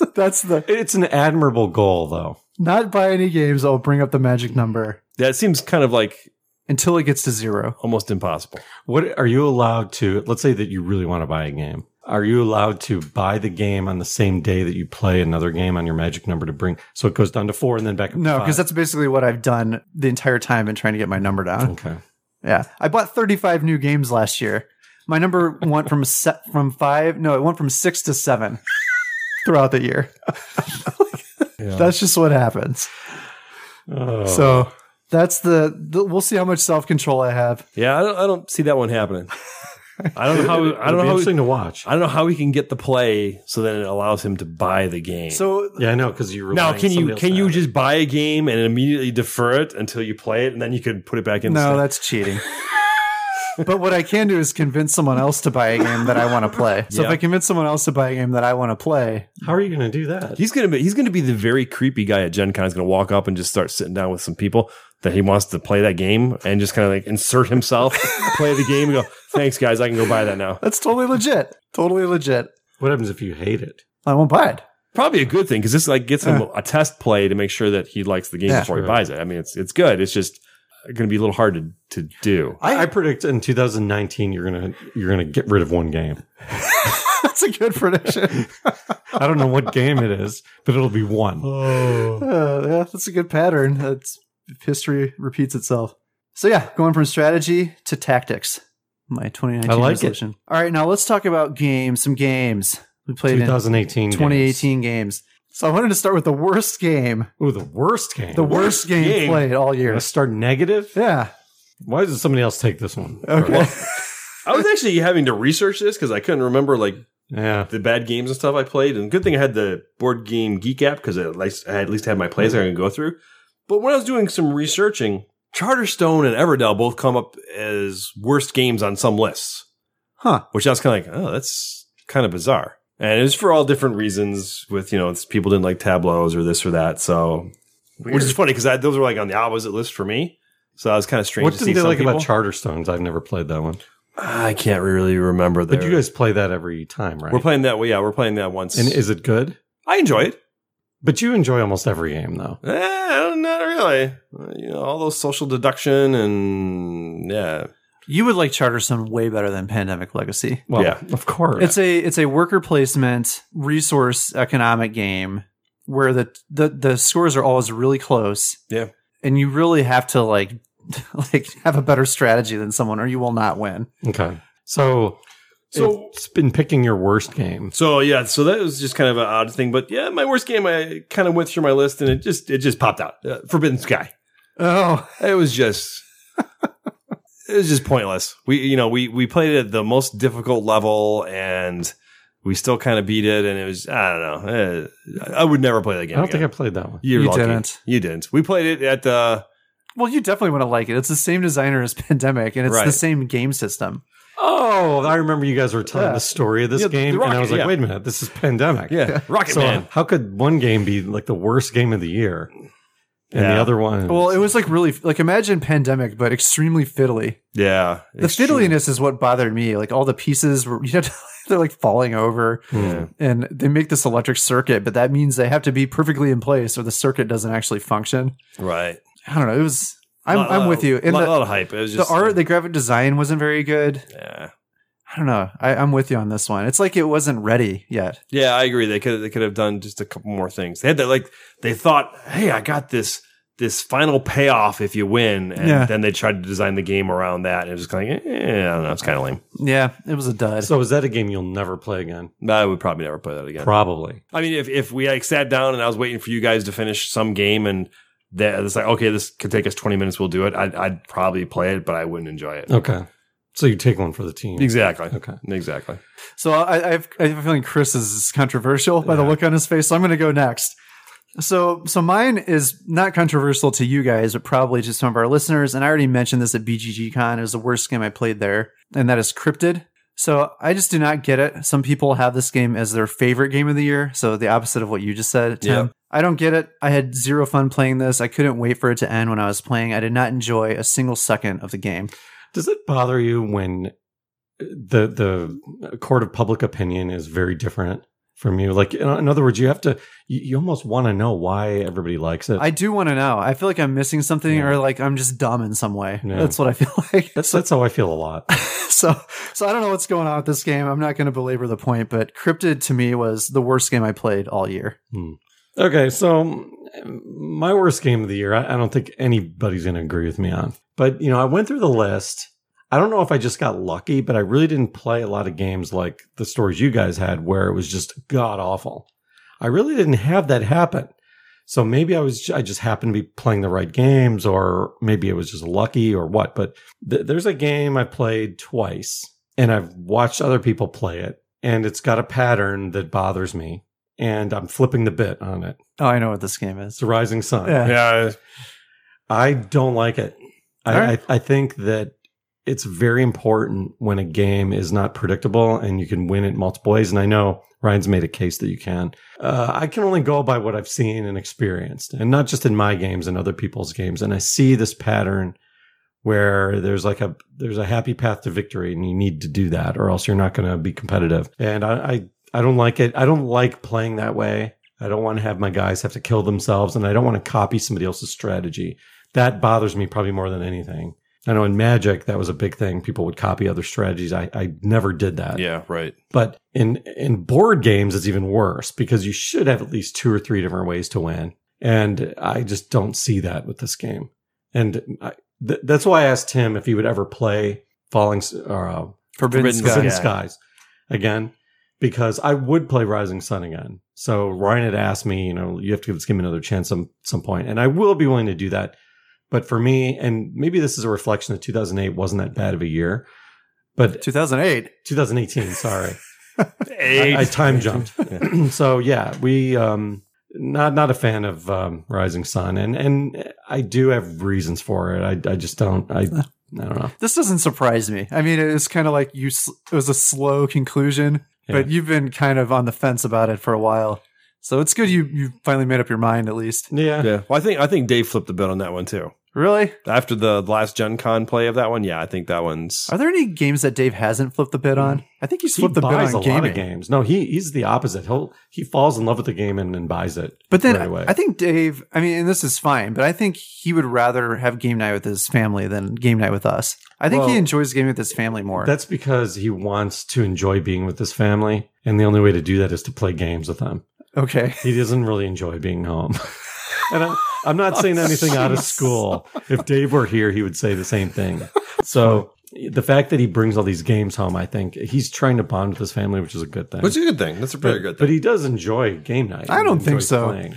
[SPEAKER 2] challenge. <laughs> That's the
[SPEAKER 3] It's an admirable goal, though.
[SPEAKER 2] not buy any games that will bring up the magic number
[SPEAKER 4] That seems kind of like
[SPEAKER 2] until it gets to zero.
[SPEAKER 4] almost impossible.
[SPEAKER 3] What are you allowed to? Let's say that you really want to buy a game. Are you allowed to buy the game on the same day that you play another game on your magic number to bring? So it goes down to four and then back up. to
[SPEAKER 2] No,
[SPEAKER 3] five.
[SPEAKER 2] because that's basically what I've done the entire time in trying to get my number down.
[SPEAKER 3] okay.
[SPEAKER 2] Yeah, I bought 35 new games last year. My number went from se- from five. No, it went from six to seven throughout the year. <laughs> That's just what happens.
[SPEAKER 3] Oh.
[SPEAKER 2] So that's the, the. We'll see how much self control I have.
[SPEAKER 4] Yeah, I don't, I don't see that one happening. I don't know how. I
[SPEAKER 3] It'll
[SPEAKER 4] don't
[SPEAKER 3] be
[SPEAKER 4] know how.
[SPEAKER 3] Interesting to watch.
[SPEAKER 4] I don't know how he can get the play so then it allows him to buy the game.
[SPEAKER 2] So
[SPEAKER 3] yeah, I know because you
[SPEAKER 4] now can you can you just buy a game and immediately defer it until you play it and then you can put it back in?
[SPEAKER 2] no, that's cheating. but what I can do is convince someone else to buy a game that I want to play. So if
[SPEAKER 4] Yeah.
[SPEAKER 2] I convince someone else to buy a game that I want to play,
[SPEAKER 3] How are you going to do that?
[SPEAKER 4] he's gonna be he's gonna be the very creepy guy at Gen Con. He's gonna walk up and just start sitting down with some people that he wants to play that game and just kind of like
[SPEAKER 2] <laughs>
[SPEAKER 4] insert himself, play the game, and go. Thanks, guys. I can go buy that now.
[SPEAKER 2] that's totally legit. Totally legit.
[SPEAKER 3] What happens if you hate it?
[SPEAKER 2] I won't buy it. <laughs>
[SPEAKER 4] Probably a good thing because this like gets him a test play to make sure that he likes the game
[SPEAKER 2] Uh. Yeah.
[SPEAKER 4] before he buys it. I mean, it's it's good. It's just going to be a little hard to, to do.
[SPEAKER 3] I, predict in 2019 you're gonna you're gonna get rid of one game.
[SPEAKER 2] That's a good
[SPEAKER 3] <laughs>
[SPEAKER 2] prediction.
[SPEAKER 3] I don't know what game it is, but it'll be one.
[SPEAKER 2] Uh, yeah, that's a good pattern. That's history repeats itself. So yeah, going from strategy to tactics. My 2019
[SPEAKER 3] I like it.
[SPEAKER 2] resolution. All right, now let's talk about games. Some games we played in
[SPEAKER 3] 2018. games.
[SPEAKER 2] 2018 games. So I wanted to start with the worst game,
[SPEAKER 3] Ooh, the worst game.
[SPEAKER 2] the worst, game,
[SPEAKER 4] game?
[SPEAKER 2] played all year.
[SPEAKER 3] Let's start negative.
[SPEAKER 2] Yeah.
[SPEAKER 3] Why does somebody else take this one?
[SPEAKER 2] Okay.
[SPEAKER 4] I was actually having to research this because I couldn't remember like
[SPEAKER 3] Yeah.
[SPEAKER 4] the bad games and stuff I played. And good thing I had the board game geek app because I at least I at least had my plays I could go through. But when I was doing some researching, Charterstone and Everdell both come up as worst games on some lists,
[SPEAKER 2] Huh.
[SPEAKER 4] which I was kind of like, oh, that's kind of bizarre. And it was for all different reasons. With you know, it's people didn't like tableaus or this or that. So, which is funny because those were like on the opposite list for me. So I was kind of strange.
[SPEAKER 3] What
[SPEAKER 4] to
[SPEAKER 3] did
[SPEAKER 4] see
[SPEAKER 3] they
[SPEAKER 4] some
[SPEAKER 3] like about
[SPEAKER 4] people.
[SPEAKER 3] Charterstones? I've never played that one.
[SPEAKER 4] I can't really remember.
[SPEAKER 3] But
[SPEAKER 4] their-
[SPEAKER 3] you guys play that every time, right?
[SPEAKER 4] we're playing that. Well, yeah, we're playing that once.
[SPEAKER 3] And is it good?
[SPEAKER 4] I enjoy it.
[SPEAKER 3] But you enjoy almost every game, though.
[SPEAKER 4] Eh, not really. Uh, You know, all those social deduction and yeah,
[SPEAKER 2] You would like Charterstone way better than Pandemic Legacy.
[SPEAKER 3] Well,
[SPEAKER 4] Yeah.
[SPEAKER 3] of course.
[SPEAKER 2] It's a it's a worker placement resource economic game where the, the the scores are always really close.
[SPEAKER 4] Yeah.
[SPEAKER 2] And you really have to like <laughs> like have a better strategy than someone or you will not win.
[SPEAKER 3] okay. So,
[SPEAKER 4] So-
[SPEAKER 3] it's been picking your worst game.
[SPEAKER 4] So yeah, so that was just kind of an odd thing, but yeah, my worst game. I kind of went through my list and it just it just popped out. Uh, Forbidden Sky.
[SPEAKER 2] Oh,
[SPEAKER 4] It was just it was just pointless. We you know we we played it at the most difficult level and we still kind of beat it and it was I don't know. Eh, I would never play that
[SPEAKER 3] I
[SPEAKER 4] game.
[SPEAKER 3] don't
[SPEAKER 4] again.
[SPEAKER 3] think I played that one.
[SPEAKER 4] You're
[SPEAKER 2] You
[SPEAKER 4] lucky.
[SPEAKER 2] didn't.
[SPEAKER 4] You didn't. We played it at the.
[SPEAKER 2] well, you definitely want to like it. It's the same designer as <laughs> Pandemic, and it's the
[SPEAKER 4] Right.
[SPEAKER 2] same game system.
[SPEAKER 3] Oh, I remember you guys were telling
[SPEAKER 2] Yeah.
[SPEAKER 3] the story of this
[SPEAKER 4] Yeah, the
[SPEAKER 3] game, and I
[SPEAKER 4] rocket,
[SPEAKER 3] was like,
[SPEAKER 4] yeah.
[SPEAKER 3] wait a minute, this is Pandemic.
[SPEAKER 4] Yeah, Rocket
[SPEAKER 3] So,
[SPEAKER 4] Man.
[SPEAKER 3] how could one game be like the worst game of the year and the
[SPEAKER 4] Yeah.
[SPEAKER 3] other one?
[SPEAKER 2] Well, it was like really like imagine Pandemic, but extremely fiddly.
[SPEAKER 4] Yeah,
[SPEAKER 2] The fiddliness is what bothered me. Like all the pieces were <laughs> you know they're like falling over.
[SPEAKER 4] Yeah.
[SPEAKER 2] and they make this electric circuit, but that means they have to be perfectly in place or the circuit doesn't actually function.
[SPEAKER 4] Right.
[SPEAKER 2] I don't know. It was I'm
[SPEAKER 4] Lot-
[SPEAKER 2] I'm
[SPEAKER 4] lot-
[SPEAKER 2] with you. And
[SPEAKER 4] lot,
[SPEAKER 2] the,
[SPEAKER 4] lot of hype. It was
[SPEAKER 2] the
[SPEAKER 4] just uh,
[SPEAKER 2] art, the graphic design wasn't very good.
[SPEAKER 4] yeah.
[SPEAKER 2] I don't know. I, I'm with you on this one. It's like it wasn't ready yet.
[SPEAKER 4] yeah, I agree. They could they could have done just a couple more things. They had that like they thought, hey, I got this this final payoff if you win, and
[SPEAKER 2] Yeah.
[SPEAKER 4] then they tried to design the game around that, and it was kind of like, eh, I don't know, it's kind of lame.
[SPEAKER 2] Yeah, it was a dud.
[SPEAKER 3] so, is that a game you'll never play again?
[SPEAKER 4] I would probably never play that again.
[SPEAKER 3] Probably.
[SPEAKER 4] I mean, if if we like sat down and I was waiting for you guys to finish some game and. That, it's like okay, this could take us twenty minutes. We'll do it. I'd, I'd probably play it, but I wouldn't enjoy
[SPEAKER 2] <laughs>
[SPEAKER 4] it.
[SPEAKER 3] Okay. So, you take one for the team.
[SPEAKER 4] Exactly.
[SPEAKER 3] Okay.
[SPEAKER 4] Exactly.
[SPEAKER 2] So I, I, have, I have a feeling Chris is controversial by the look on his face. So I'm going to go next. So, so mine is not controversial to you guys, but probably to some of our listeners. And I already mentioned this at BGG Con. It was the worst game I played there, and that is Cryptid. So I just do not get it. Some people have this game as their favorite game of the year. So the opposite of what you just said, Tim.
[SPEAKER 4] Yeah.
[SPEAKER 2] I don't get it. I had zero fun playing this. I couldn't wait for it to end when I was playing. I did not enjoy a single second of the game.
[SPEAKER 3] Does it bother you when the the court of public opinion is very different from you? Like, in, in other words, you have to, you, you almost want to know why everybody likes it.
[SPEAKER 2] I do want to know. I feel like I'm missing something,
[SPEAKER 3] Yeah.
[SPEAKER 2] or like I'm just dumb in some way.
[SPEAKER 3] Yeah.
[SPEAKER 2] That's what I feel <laughs> like.
[SPEAKER 3] that's that's how I feel a lot.
[SPEAKER 2] so, so I don't know what's going on with this game. I'm not going to belabor the point, but Cryptid to me was the worst game I played all year.
[SPEAKER 3] Okay, so my worst game of the year, I, I don't think anybody's going to agree with me on. But, you know, I went through the list. I don't know if I just got lucky, but I really didn't play a lot of games like the stories you guys had where it was just god awful. I really didn't have that happen. So maybe I was I just happened to be playing the right games or maybe it was just lucky or what, but th- there's a game I played twice and I've watched other people play it and it's got a pattern that bothers me and I'm flipping the bit on it.
[SPEAKER 2] Oh, I know what this game
[SPEAKER 3] It's
[SPEAKER 2] is.
[SPEAKER 3] the Rising Sun.
[SPEAKER 2] Yeah.
[SPEAKER 4] Yeah.
[SPEAKER 3] I don't like it. I,
[SPEAKER 2] All right.
[SPEAKER 3] I, I think that it's very important when a game is not predictable and you can win it multiple ways. And I know Ryan's made a case that you can. Uh, I can only go by what I've seen and experienced, and not just in my games and other people's games. And I see this pattern where there's like a there's a happy path to victory, and you need to do that, or else you're not going to be competitive. And I, I I don't like it. I don't like playing that way. I don't want to have my guys have to kill themselves, and I don't want to copy somebody else's strategy. That bothers me probably more than anything. I know in Magic that was a big thing. People would copy other strategies. I, I never did that.
[SPEAKER 4] Yeah. Right.
[SPEAKER 3] But in in board games, it's even worse because you should have at least two or three different ways to win, and I just don't see that with this game. And I, th- that's why I asked him if he would ever play Falling S- or uh,
[SPEAKER 2] Forbidden,
[SPEAKER 4] Forbidden
[SPEAKER 2] Sky.
[SPEAKER 3] Forbidden
[SPEAKER 4] Sky.
[SPEAKER 3] Skies again because I would play Rising Sun again. So Ryan had asked me, you know, you have to give this game another chance some some point, and I will be willing to do that. But for me, and maybe this is a reflection that 2008 wasn't that bad of a year, but
[SPEAKER 2] 2008.
[SPEAKER 3] 2018, sorry, I, I time jumped. <laughs> <clears throat> so yeah, we um not not a fan of um, Rising Sun, and and I do have reasons for it. I I just
[SPEAKER 2] <laughs>
[SPEAKER 3] don't I I don't know.
[SPEAKER 2] This doesn't surprise me. I mean, it's kind of like you. s it was a slow conclusion,
[SPEAKER 3] Yeah.
[SPEAKER 2] but you've been kind of on the fence about it for a while. So it's good you you finally made up your mind at least.
[SPEAKER 3] Yeah,
[SPEAKER 4] Yeah. Well, I think I think Dave flipped the bit on that one too.
[SPEAKER 2] Really?
[SPEAKER 4] After the last Gen Con play of that one, yeah, I think that one's.
[SPEAKER 2] Are there any games that Dave hasn't flipped the bid on? I think he's
[SPEAKER 3] Hmm. he
[SPEAKER 2] flipped the bid
[SPEAKER 3] buys
[SPEAKER 2] on
[SPEAKER 3] a lot
[SPEAKER 2] gaming.
[SPEAKER 3] of games. No, he he's the opposite. He'll he falls in love with the game and then buys it.
[SPEAKER 2] But then
[SPEAKER 3] right away.
[SPEAKER 2] I, I think Dave. I mean, and this is fine, but I think he would rather have game night with his family than game night with us. I think he
[SPEAKER 3] Well,
[SPEAKER 2] enjoys game with his family more.
[SPEAKER 3] That's because he wants to enjoy being with his family, and the only way to do that is to play games with them.
[SPEAKER 2] okay. <laughs>
[SPEAKER 3] He doesn't really enjoy being home. <laughs> and I'm, I'm not saying anything out of school. If Dave were here, he would say the same thing. So the fact that he brings all these games home, I think he's trying to bond with his family, which is a good thing.
[SPEAKER 4] Which is a good thing. That's a pretty
[SPEAKER 3] but,
[SPEAKER 4] good
[SPEAKER 3] but
[SPEAKER 4] thing.
[SPEAKER 3] he does enjoy game night.
[SPEAKER 2] I
[SPEAKER 3] He
[SPEAKER 2] don't think
[SPEAKER 3] enjoys
[SPEAKER 2] so.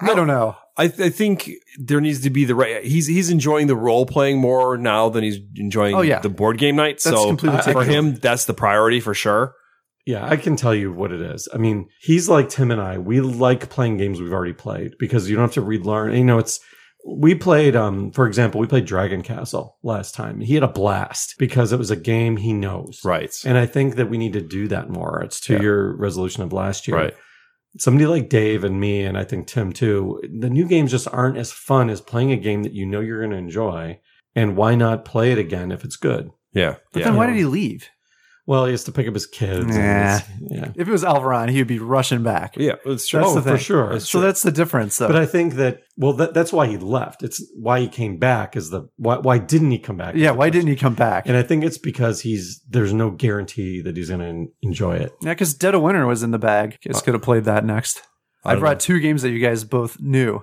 [SPEAKER 2] I don't know.
[SPEAKER 4] I, th- I think there needs to be the right. He's he's enjoying the role playing more now than he's enjoying
[SPEAKER 2] Oh, yeah.
[SPEAKER 4] the board game night.
[SPEAKER 2] That's
[SPEAKER 4] so
[SPEAKER 2] completely
[SPEAKER 4] uh, for
[SPEAKER 2] taken.
[SPEAKER 4] him, that's the priority for sure.
[SPEAKER 3] Yeah, I can tell you what it is. I mean, he's like Tim and I. We like playing games we've already played because you don't have to relearn. You know, it's we played um for example, we played Dragon Castle last time. He had a blast because it was a game he knows.
[SPEAKER 4] Right.
[SPEAKER 3] And I think that we need to do that more. It's to your resolution of last year.
[SPEAKER 4] Right.
[SPEAKER 3] Somebody like Dave and me, and I think Tim too, the new games just aren't as fun as playing a game that you know you're going to enjoy. And why not play it again if it's good?
[SPEAKER 4] Yeah.
[SPEAKER 2] But
[SPEAKER 4] yeah.
[SPEAKER 2] then why did he leave?
[SPEAKER 3] Well, he has to pick up his kids. and it's- yeah.
[SPEAKER 2] If it was Alvaron, he would be rushing back.
[SPEAKER 4] yeah. It's true.
[SPEAKER 2] That's
[SPEAKER 3] oh,
[SPEAKER 2] the thing.
[SPEAKER 3] for sure.
[SPEAKER 2] So that's the difference, though.
[SPEAKER 3] but I think that well, that, that's why he left. It's why he came back. Is the why? Why didn't he come back?
[SPEAKER 2] yeah, why didn't he come back?
[SPEAKER 3] And I think it's because he's there's no guarantee that he's going to enjoy it.
[SPEAKER 2] yeah, because Dead of Winter was in the bag. Guess could have played that next. I,
[SPEAKER 3] don't
[SPEAKER 2] brought two games that you guys both knew.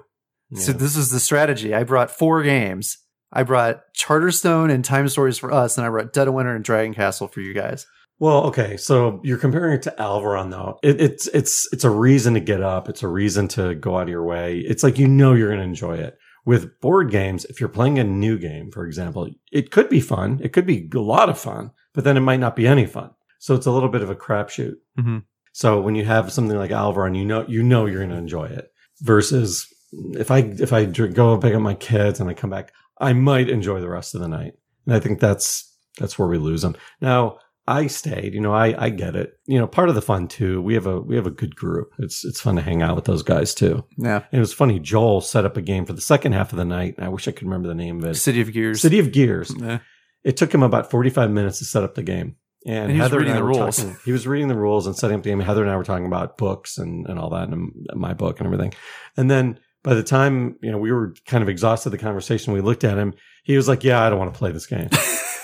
[SPEAKER 2] So
[SPEAKER 3] Yeah.
[SPEAKER 2] this is the strategy. I brought four games. I brought Charterstone and Time Stories for us, and I brought Dead of Winter and Dragon Castle for you guys.
[SPEAKER 3] Well, okay, so you're comparing it to Alvaron, though. It, it's it's it's a reason to get up. It's a reason to go out of your way. It's like you know you're going to enjoy it. With board games, if you're playing a new game, for example, it could be fun. It could be a lot of fun, but then it might not be any fun. So it's a little bit of a crapshoot.
[SPEAKER 2] Mhm.
[SPEAKER 3] So when you have something like Alvaron, you know you know you're going to enjoy it. Versus if I if I dr- go and pick up my kids and I come back, I might enjoy the rest of the night. And I think that's that's where we lose them. Now I stayed. You know, I I get it. You know, part of the fun too. We have a we have a good group. It's it's fun to hang out with those guys too.
[SPEAKER 2] Yeah,
[SPEAKER 3] And it was funny. Joel set up a game for the second half of the night. And I wish I could remember the name of it.
[SPEAKER 2] City of Gears.
[SPEAKER 3] City of Gears.
[SPEAKER 2] Yeah.
[SPEAKER 3] It took him about forty five minutes to set up the game. And,
[SPEAKER 2] And he was
[SPEAKER 3] Heather
[SPEAKER 2] reading
[SPEAKER 3] and I
[SPEAKER 2] the
[SPEAKER 3] were
[SPEAKER 2] rules.
[SPEAKER 3] talking- he was reading the rules and setting up the game. Heather and I were talking about books and, and all that, and my book and everything. And then by the time you know we were kind of exhausted of the conversation, we looked at him. He was like, "Yeah, I don't want to play this game."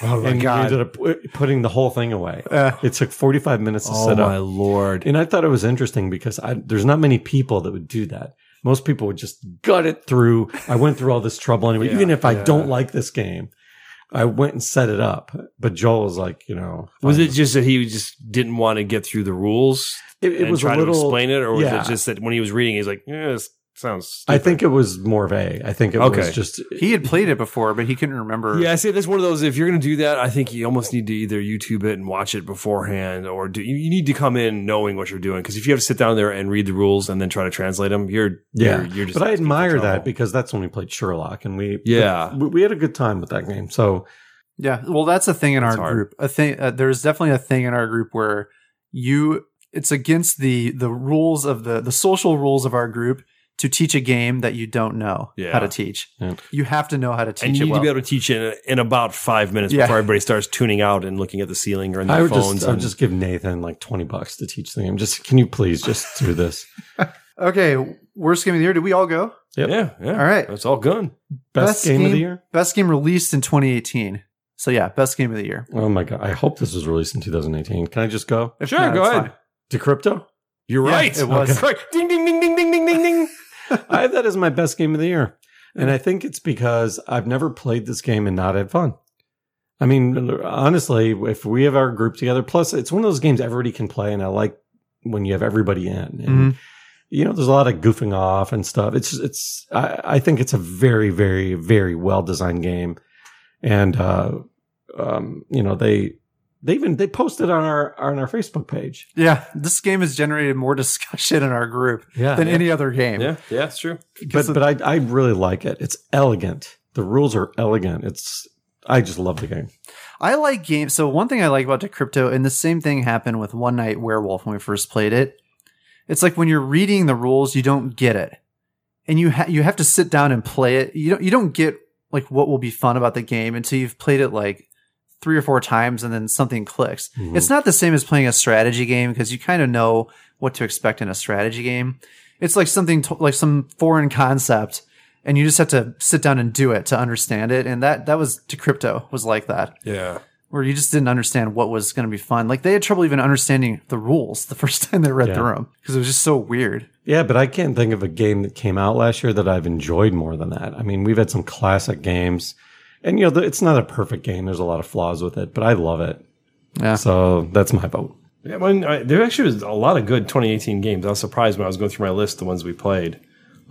[SPEAKER 4] Oh
[SPEAKER 3] and we ended up pu- putting the whole thing away.
[SPEAKER 2] Uh,
[SPEAKER 3] It took forty five minutes to
[SPEAKER 4] Oh
[SPEAKER 3] set
[SPEAKER 4] my
[SPEAKER 3] up,
[SPEAKER 4] lord!
[SPEAKER 3] and I thought it was interesting because I, there's not many people that would do that. Most people would just gut it through. I went through all this trouble anyway,
[SPEAKER 4] Yeah,
[SPEAKER 3] even if I
[SPEAKER 4] yeah.
[SPEAKER 3] don't like this game. I went and set it up, but Joel was like, you know,
[SPEAKER 4] Was
[SPEAKER 3] fine.
[SPEAKER 4] it just that he just didn't want to get through the rules
[SPEAKER 3] It, it
[SPEAKER 4] and
[SPEAKER 3] was
[SPEAKER 4] try
[SPEAKER 3] a little.
[SPEAKER 4] to explain it, or was
[SPEAKER 3] yeah.
[SPEAKER 4] it just that when he was reading, he's like, "Yeah, this sounds."
[SPEAKER 3] I
[SPEAKER 4] Stupid.
[SPEAKER 3] think it was more vague. I think it
[SPEAKER 4] Okay.
[SPEAKER 3] was just
[SPEAKER 2] He had played it before, but he couldn't remember.
[SPEAKER 4] Yeah, I say that's one of those. If you're going to do that, I think you almost need to either YouTube it and watch it beforehand, or do you you need to come in knowing what you're doing? Because if you have to sit down there and read the rules and then try to translate them, you're
[SPEAKER 3] yeah.
[SPEAKER 4] you're, you're just.
[SPEAKER 3] but I
[SPEAKER 4] asking for
[SPEAKER 3] admire
[SPEAKER 4] trouble.
[SPEAKER 3] that because that's when we played Sherlock, and we
[SPEAKER 4] Yeah.
[SPEAKER 3] we, we had a good time with that game. So
[SPEAKER 2] Yeah, well, that's a thing in
[SPEAKER 4] That's
[SPEAKER 2] our
[SPEAKER 4] hard.
[SPEAKER 2] group. A thing. Uh, there's definitely a thing in our group where you. It's against the the rules of the the social rules of our group to teach a game that you don't know how
[SPEAKER 4] Yeah.
[SPEAKER 2] to teach.
[SPEAKER 3] Yeah.
[SPEAKER 2] You have to know how to teach
[SPEAKER 4] and you
[SPEAKER 2] it
[SPEAKER 4] need
[SPEAKER 2] well.
[SPEAKER 4] to be able to teach it in about five minutes
[SPEAKER 2] Yeah.
[SPEAKER 4] before everybody starts tuning out and looking at the ceiling or in
[SPEAKER 3] I
[SPEAKER 4] their
[SPEAKER 3] would
[SPEAKER 4] phones.
[SPEAKER 3] just I would
[SPEAKER 4] and-
[SPEAKER 3] just give Nathan like twenty bucks to teach the game. Just can you please just do this?
[SPEAKER 2] okay, worst game of the year. Did we all go?
[SPEAKER 3] Yep.
[SPEAKER 4] yeah, yeah,
[SPEAKER 2] All right.
[SPEAKER 4] it's all good.
[SPEAKER 3] <laughs> Best, game, of the year.
[SPEAKER 2] Best game released in 2018. So yeah, best game of the year.
[SPEAKER 3] Oh my god! I hope this was released in 2018. Can I just go
[SPEAKER 2] If
[SPEAKER 4] Sure,
[SPEAKER 2] not,
[SPEAKER 4] go
[SPEAKER 2] it's
[SPEAKER 4] ahead.
[SPEAKER 2] fine.
[SPEAKER 3] to crypto?
[SPEAKER 4] You're
[SPEAKER 2] Yeah,
[SPEAKER 4] right.
[SPEAKER 2] it was.
[SPEAKER 4] Okay. Correct. Ding, ding, ding, ding, ding, ding, ding, ding.
[SPEAKER 3] <laughs> I have that as my best game of the year, and I think it's because I've never played this game and not had fun. I mean, honestly, if we have our group together, plus it's one of those games everybody can play, and I like when you have everybody in. And
[SPEAKER 4] Mm-hmm.
[SPEAKER 3] you know, there's a lot of goofing off and stuff. It's it's I, I think it's a very very very well designed game, and uh, um, you know they they even they posted on our on our Facebook page.
[SPEAKER 2] Yeah, this game has generated more <laughs> discussion in our group
[SPEAKER 3] Yeah,
[SPEAKER 2] than any other game.
[SPEAKER 4] Yeah, yeah, it's true.
[SPEAKER 3] but
[SPEAKER 2] Because
[SPEAKER 3] but I I really like it. It's elegant. The rules are elegant. It's I just love the game.
[SPEAKER 2] I like games. So one thing I like about Decrypto, and the same thing happened with One Night Werewolf when we first played it. It's like when you're reading the rules, you don't get it, and you ha- you have to sit down and play it. You don't you don't get like what will be fun about the game until you've played it like three or four times, and then something clicks.
[SPEAKER 3] Mhm.
[SPEAKER 2] It's not the same as playing a strategy game because you kind of know what to expect in a strategy game. It's like something to- like some foreign concept, and you just have to sit down and do it to understand it. And that that was Decrypto was like that
[SPEAKER 4] Yeah,
[SPEAKER 2] where you just didn't understand what was going to be fun. Like they had trouble even understanding the rules the first <laughs> time they read
[SPEAKER 3] Yeah.
[SPEAKER 2] through them because it was just so weird.
[SPEAKER 3] Yeah, but I can't think of a game that came out last year that I've enjoyed more than that. I mean, we've had some classic games, and you know, it's not a perfect game. There's a lot of flaws with it, but I love it.
[SPEAKER 2] Yeah.
[SPEAKER 3] So that's my vote. <laughs>
[SPEAKER 4] Yeah, when I, there actually was a lot of good 2018 games. I was surprised when I was going through my list the ones we played.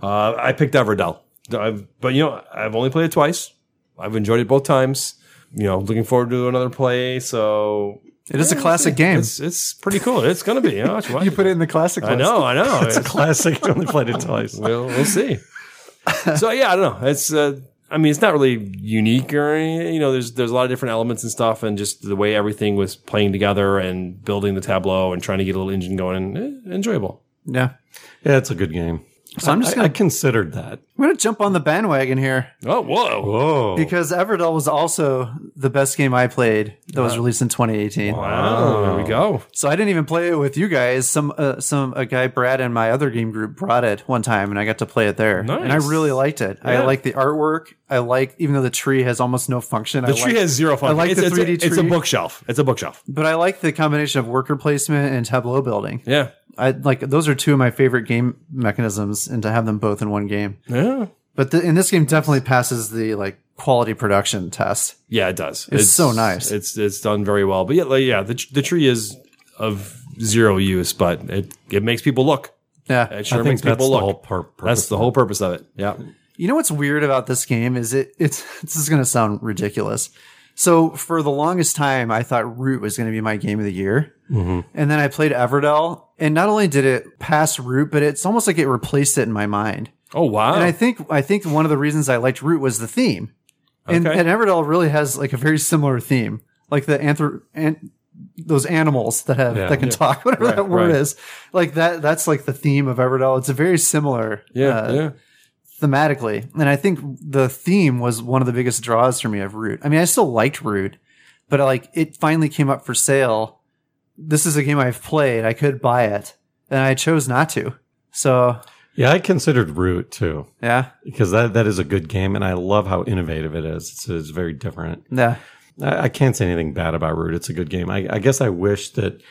[SPEAKER 4] Uh, I picked Everdell, I've, but you know I've only played it twice. I've enjoyed it both times. You know, looking forward to another play. So
[SPEAKER 2] It is a classic game.
[SPEAKER 4] it's it's pretty cool. It's gonna be. You, know,
[SPEAKER 2] <laughs>
[SPEAKER 4] it's-
[SPEAKER 2] You put it in the classic.
[SPEAKER 4] I
[SPEAKER 2] list.
[SPEAKER 4] know.
[SPEAKER 2] <laughs>
[SPEAKER 4] I know.
[SPEAKER 3] It's a classic. I only played it twice.
[SPEAKER 4] we'll, we'll see. so yeah, I don't know. It's uh, I mean, it's not really unique or anything. You know, there's there's a lot of different elements and stuff, and just the way everything was playing together and building the tableau and trying to get a little engine going. Eh, enjoyable.
[SPEAKER 2] Yeah.
[SPEAKER 3] Yeah, it's a good game.
[SPEAKER 2] So I'm
[SPEAKER 3] I-
[SPEAKER 2] just
[SPEAKER 3] I,
[SPEAKER 2] gonna
[SPEAKER 3] considered that.
[SPEAKER 2] I'm gonna jump on the bandwagon here
[SPEAKER 4] Oh, whoa!
[SPEAKER 3] Whoa!
[SPEAKER 2] because Everdell was also the best game I played that was released in 2018.
[SPEAKER 4] Uh-huh. Wow, there we go.
[SPEAKER 2] So I didn't even play it with you guys. Some uh, some a guy Brad and my other game group brought it one time, and I got to play it there, and I
[SPEAKER 4] Nice.
[SPEAKER 2] really liked it. I
[SPEAKER 4] Yeah.
[SPEAKER 2] like the artwork. I like even though the tree has almost no function.
[SPEAKER 4] The
[SPEAKER 2] I
[SPEAKER 4] tree
[SPEAKER 2] like-
[SPEAKER 4] has zero fun.
[SPEAKER 2] I like
[SPEAKER 4] it's,
[SPEAKER 2] the
[SPEAKER 4] it's
[SPEAKER 2] 3D
[SPEAKER 4] a, It's a
[SPEAKER 2] tree.
[SPEAKER 4] bookshelf. It's a bookshelf.
[SPEAKER 2] But I like the combination of worker placement and tableau building.
[SPEAKER 4] Yeah,
[SPEAKER 2] I like those are two of my favorite game mechanisms, and to have them both in one game.
[SPEAKER 4] yeah,
[SPEAKER 2] But the, and this game definitely passes the like quality production test.
[SPEAKER 4] yeah. It does.
[SPEAKER 2] It's so nice.
[SPEAKER 4] It's it's done very well. But yeah, like, yeah. The tr- the tree is of zero use, but it it makes people look.
[SPEAKER 2] Yeah,
[SPEAKER 4] It sure
[SPEAKER 3] I think
[SPEAKER 4] makes
[SPEAKER 3] that's
[SPEAKER 4] people
[SPEAKER 3] the
[SPEAKER 4] look.
[SPEAKER 3] whole pur- purpose.
[SPEAKER 4] That's the whole purpose of it. Yeah.
[SPEAKER 2] you know what's weird about this game is it. It's <laughs> this is going to sound ridiculous. So for the longest time, I thought Root was going to be my game of the year, and then I played Everdell, and not only did it pass Root, but it's almost like it replaced it in my mind.
[SPEAKER 4] Oh wow.
[SPEAKER 2] And I think I think one of the reasons I liked Root was the theme, and,
[SPEAKER 4] Okay.
[SPEAKER 2] and Everdell really has like a very similar theme, like the anthrop and those animals that have
[SPEAKER 3] Yeah.
[SPEAKER 2] that can talk, <laughs> whatever
[SPEAKER 4] Right,
[SPEAKER 2] that word
[SPEAKER 4] right.
[SPEAKER 2] is. Like that, that's like the theme of Everdell. It's a very similar,
[SPEAKER 4] yeah,
[SPEAKER 2] uh,
[SPEAKER 4] yeah.
[SPEAKER 2] thematically, and I think the theme was one of the biggest draws for me of Root. I mean, I still liked Root, but like it finally came up for sale. This is a game I've played. I could buy it, and I chose not to. So
[SPEAKER 3] Yeah, I considered Root too
[SPEAKER 2] yeah,
[SPEAKER 3] because that, that is a good game, and I love how innovative it is. It's, it's very different.
[SPEAKER 2] yeah,
[SPEAKER 3] I, I can't say anything bad about Root. It's a good game. I, I guess I wish that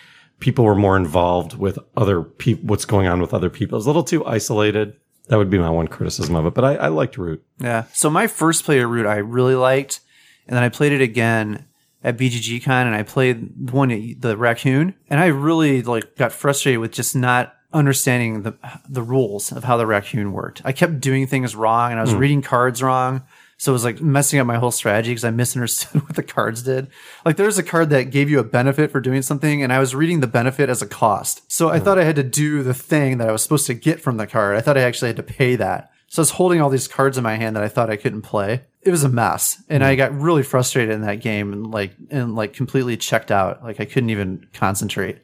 [SPEAKER 3] people were more involved with other people. What's going on with other people? It's a little too isolated. That would be my one criticism of it. But I, I liked Root.
[SPEAKER 2] yeah. So my first player route I really liked, and then I played it again at BGG Con, and I played the one the raccoon, and I really like got frustrated with just not understanding the the rules of how the raccoon worked. I kept doing things wrong, and I was reading cards wrong. So it was like messing up my whole strategy because I misunderstood <laughs> what the cards did. Like there was a card that gave you a benefit for doing something, and I was reading the benefit as a cost. So I thought I had to do the thing that I was supposed to get from the card. I thought I actually had to pay that. So I was holding all these cards in my hand that I thought I couldn't play. It was a mess, and I got really frustrated in that game and like and like completely checked out. Like I couldn't even concentrate.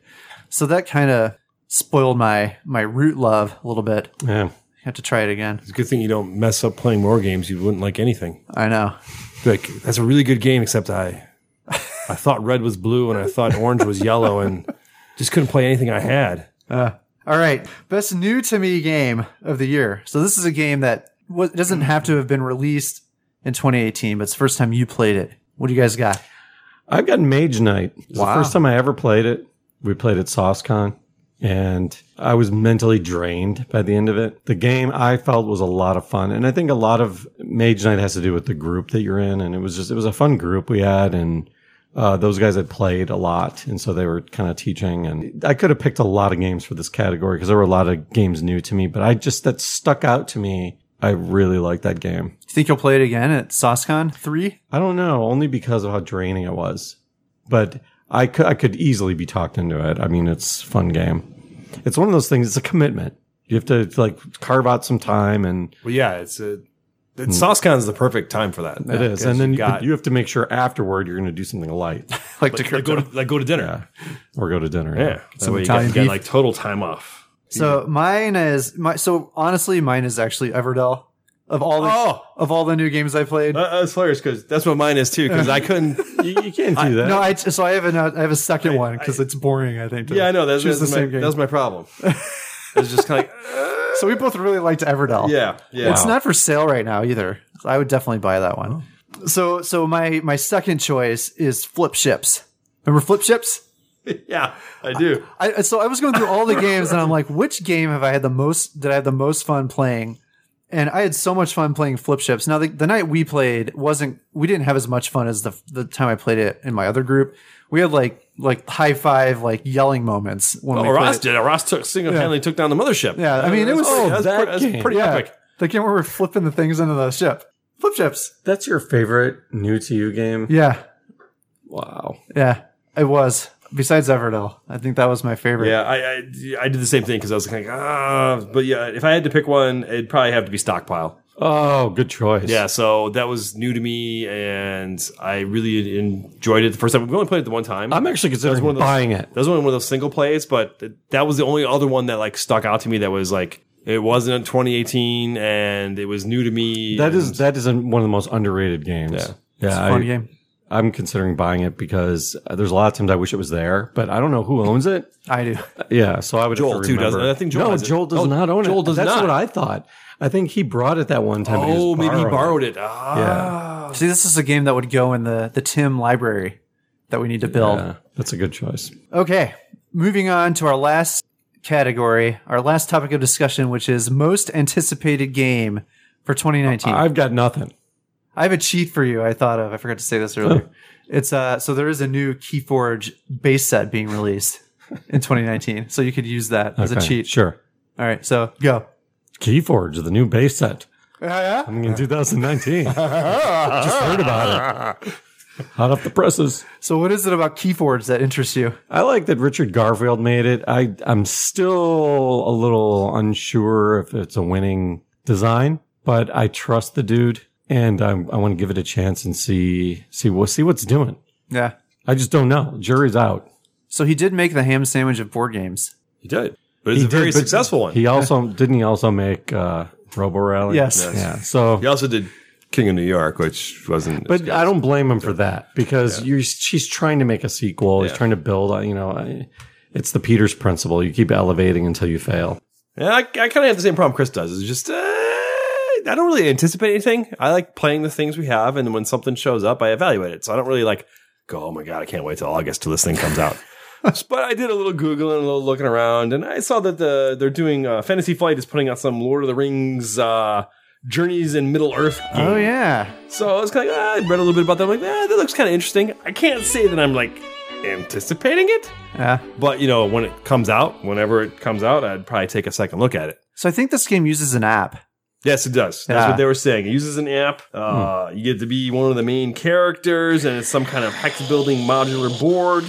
[SPEAKER 2] So that kind of spoiled my my root love a little bit. I
[SPEAKER 3] Yeah.
[SPEAKER 2] have to try it again.
[SPEAKER 4] It's a good thing you don't mess up playing more games. You wouldn't like anything.
[SPEAKER 2] I know.
[SPEAKER 4] Like that's a really good game, except I, I thought red was blue and I thought orange was yellow, and just couldn't play anything I had.
[SPEAKER 2] All right, best new to me game of the year. So this is a game that wa- doesn't have to have been released in 2018, but it's the first time you played it. What do you guys got?
[SPEAKER 3] I've got Mage Knight. It's
[SPEAKER 2] Wow.
[SPEAKER 3] the first time I ever played it. We played at SauceCon and I was mentally drained by the end of it. The game I felt was a lot of fun. And I think a lot of Mage Knight has to do with the group that you're in. And it was just, it was a fun group we had. And uh, those guys had played a lot. And so they were kind of teaching. And I could have picked a lot of games for this category because there were a lot of games new to me. But I just, that stuck out to me. I really liked that game.
[SPEAKER 2] You think you'll play it again at SauceCon three?
[SPEAKER 3] I don't know, only because of how draining it was. But I could I could easily be talked into it. I mean, it's a fun game. It's one of those things. It's a commitment. You have to like carve out some time, and
[SPEAKER 4] Well, yeah, it's a. It's, SauceCon is the perfect time for that.
[SPEAKER 3] it is. And then you,
[SPEAKER 4] got-
[SPEAKER 3] could- you have to make sure afterward you're going to do something light <laughs>
[SPEAKER 2] Like to
[SPEAKER 4] Like, like, go
[SPEAKER 2] crypto.
[SPEAKER 4] to, like go to dinner.
[SPEAKER 3] Yeah. or go to dinner.
[SPEAKER 4] Yeah. That
[SPEAKER 2] Some
[SPEAKER 4] way you
[SPEAKER 2] Italian
[SPEAKER 4] got, you got,
[SPEAKER 2] beef.
[SPEAKER 4] like total time off.
[SPEAKER 2] So mine is my. So honestly, mine is actually Everdell. Of all the
[SPEAKER 4] Oh.
[SPEAKER 2] of all the new games I played,
[SPEAKER 4] Uh, that's hilarious because that's what mine is too. Because I couldn't.
[SPEAKER 3] you, you can't do that.
[SPEAKER 2] no, I so I have an, I have a second one because it's boring. I think. to
[SPEAKER 4] Yeah, I know. That's,
[SPEAKER 2] choose
[SPEAKER 4] that's
[SPEAKER 2] the
[SPEAKER 4] my,
[SPEAKER 2] same game.
[SPEAKER 4] That was my problem. It's just kind of like, uh,
[SPEAKER 2] so we both really liked Everdell.
[SPEAKER 4] yeah, yeah.
[SPEAKER 2] It's not for sale right now either. So I would definitely buy that one.
[SPEAKER 4] Oh.
[SPEAKER 2] So so my my second choice is Flip Ships. Remember Flip Ships?
[SPEAKER 4] yeah, I do.
[SPEAKER 2] I so I was going through all the games and I'm like, which game have I had the most did I have the most fun playing? And I had so much fun playing Flip Ships. Now the, the night we played wasn't we didn't have as much fun as the the time I played it in my other group. We had like like high five like yelling moments when we
[SPEAKER 4] Well,
[SPEAKER 2] played
[SPEAKER 4] Ross
[SPEAKER 2] it.
[SPEAKER 4] did. it. Ross took single handedly took down the mothership.
[SPEAKER 2] Yeah, I mean, it was-
[SPEAKER 4] oh,
[SPEAKER 2] Oh,
[SPEAKER 4] that's,
[SPEAKER 3] that
[SPEAKER 4] pre- that's
[SPEAKER 3] game.
[SPEAKER 4] pretty
[SPEAKER 2] Yeah.
[SPEAKER 4] epic.
[SPEAKER 2] The game where we're flipping the things into the ship. Flip Ships.
[SPEAKER 3] That's your favorite new to you game.
[SPEAKER 2] Yeah.
[SPEAKER 3] Wow.
[SPEAKER 2] Yeah, it was. Besides Everdell, I think that was my favorite.
[SPEAKER 4] Yeah, I, I I did the same thing because I was kind of ah, but yeah, if I had to pick one, it'd probably have to be stockpile.
[SPEAKER 3] Oh, good choice.
[SPEAKER 4] Yeah, so that was new to me, and I really enjoyed it the first time. We only played it the one time.
[SPEAKER 3] I'm actually considering
[SPEAKER 4] one of those-
[SPEAKER 3] buying it.
[SPEAKER 4] that was only one of those single plays, but th- that was the only other one that like stuck out to me. That was like it wasn't in 2018, and it was new to me.
[SPEAKER 3] That is
[SPEAKER 4] and-
[SPEAKER 3] that is an- one of the most underrated games.
[SPEAKER 4] Yeah.
[SPEAKER 3] yeah.
[SPEAKER 2] It's a fun
[SPEAKER 3] I-
[SPEAKER 2] game.
[SPEAKER 3] I'm considering buying it because uh, there's a lot of times I wish it was there, but I don't know who owns it.
[SPEAKER 2] I do.
[SPEAKER 3] Yeah, so I would
[SPEAKER 4] Joel,
[SPEAKER 3] have to
[SPEAKER 4] too,
[SPEAKER 3] remember.
[SPEAKER 4] doesn't- I think Joel
[SPEAKER 3] no,
[SPEAKER 4] has it.
[SPEAKER 3] Joel does
[SPEAKER 4] Oh,
[SPEAKER 3] not own
[SPEAKER 4] Joel
[SPEAKER 3] it.
[SPEAKER 4] does
[SPEAKER 3] That's
[SPEAKER 4] not.
[SPEAKER 3] what I thought. I think he brought it that one time. but
[SPEAKER 4] oh,
[SPEAKER 3] he just
[SPEAKER 4] maybe he borrowed
[SPEAKER 3] it.
[SPEAKER 4] it. Ah,
[SPEAKER 2] See, this is a game that would go in the the Tim library that we need to build.
[SPEAKER 3] Yeah, that's a good choice.
[SPEAKER 2] Okay, moving on to our last category, our last topic of discussion, which is most anticipated game for
[SPEAKER 4] Hmm.
[SPEAKER 2] 2019.
[SPEAKER 3] I've got nothing.
[SPEAKER 2] I have a cheat for you. I thought of. I forgot to say this earlier. It's uh, so there is a new KeyForge base set being released in 2019, so you could use that as a
[SPEAKER 3] Okay,
[SPEAKER 2] cheat.
[SPEAKER 3] Sure.
[SPEAKER 2] All right, so go.
[SPEAKER 3] Keyforge, the new base set.
[SPEAKER 2] yeah.
[SPEAKER 3] I mean,
[SPEAKER 4] <laughs>
[SPEAKER 2] <laughs>
[SPEAKER 3] in 2019. just heard about it. Hot off the presses.
[SPEAKER 2] So what is it about KeyForge that interests you?
[SPEAKER 3] I like that Richard Garfield made it. I I'm still a little unsure if it's a winning design, but I trust the dude, and I'm, I want to give it a chance and see see what see what's doing.
[SPEAKER 2] Yeah.
[SPEAKER 3] I just don't know. Jury's out.
[SPEAKER 2] So he did make the ham sandwich of board games.
[SPEAKER 4] he did, but it's
[SPEAKER 3] He
[SPEAKER 4] a very
[SPEAKER 3] did, but
[SPEAKER 4] successful one.
[SPEAKER 3] He also didn't he also make uh, Robo Rally.
[SPEAKER 2] Yes.
[SPEAKER 3] Yeah. So
[SPEAKER 4] He also did King of New York, which wasn't.
[SPEAKER 3] But I don't blame him for that because you're, she's trying to make a sequel. He's
[SPEAKER 4] Yeah.
[SPEAKER 3] trying to build. on- You know, I- it's the Peter's principle. You keep elevating until you fail.
[SPEAKER 4] Yeah, I, I kind of have the same problem Chris does. It's just uh, I don't really anticipate anything. I like playing the things we have, and when something shows up, I evaluate it. So I don't really like go. Oh my god, I can't wait till August till this thing
[SPEAKER 2] <laughs>
[SPEAKER 4] comes out. but I did a little googling, a little looking around, and I saw that the they're doing uh, Fantasy Flight is putting out some Lord of the Rings uh, Journeys in Middle Earth. Game.
[SPEAKER 2] Oh yeah.
[SPEAKER 4] So I was kind of like, ah, I read a little bit about that. I'm like, ah, that looks kind of interesting. I can't say that I'm like anticipating it,
[SPEAKER 2] Yeah.
[SPEAKER 4] but you know, when it comes out, whenever it comes out, I'd probably take a second look at it.
[SPEAKER 2] So I think this game uses an app.
[SPEAKER 4] Yes, it does. That's
[SPEAKER 2] Yeah.
[SPEAKER 4] what they were saying. It uses an app. Uh, You get to be one of the main characters, and it's some kind of hex building modular board.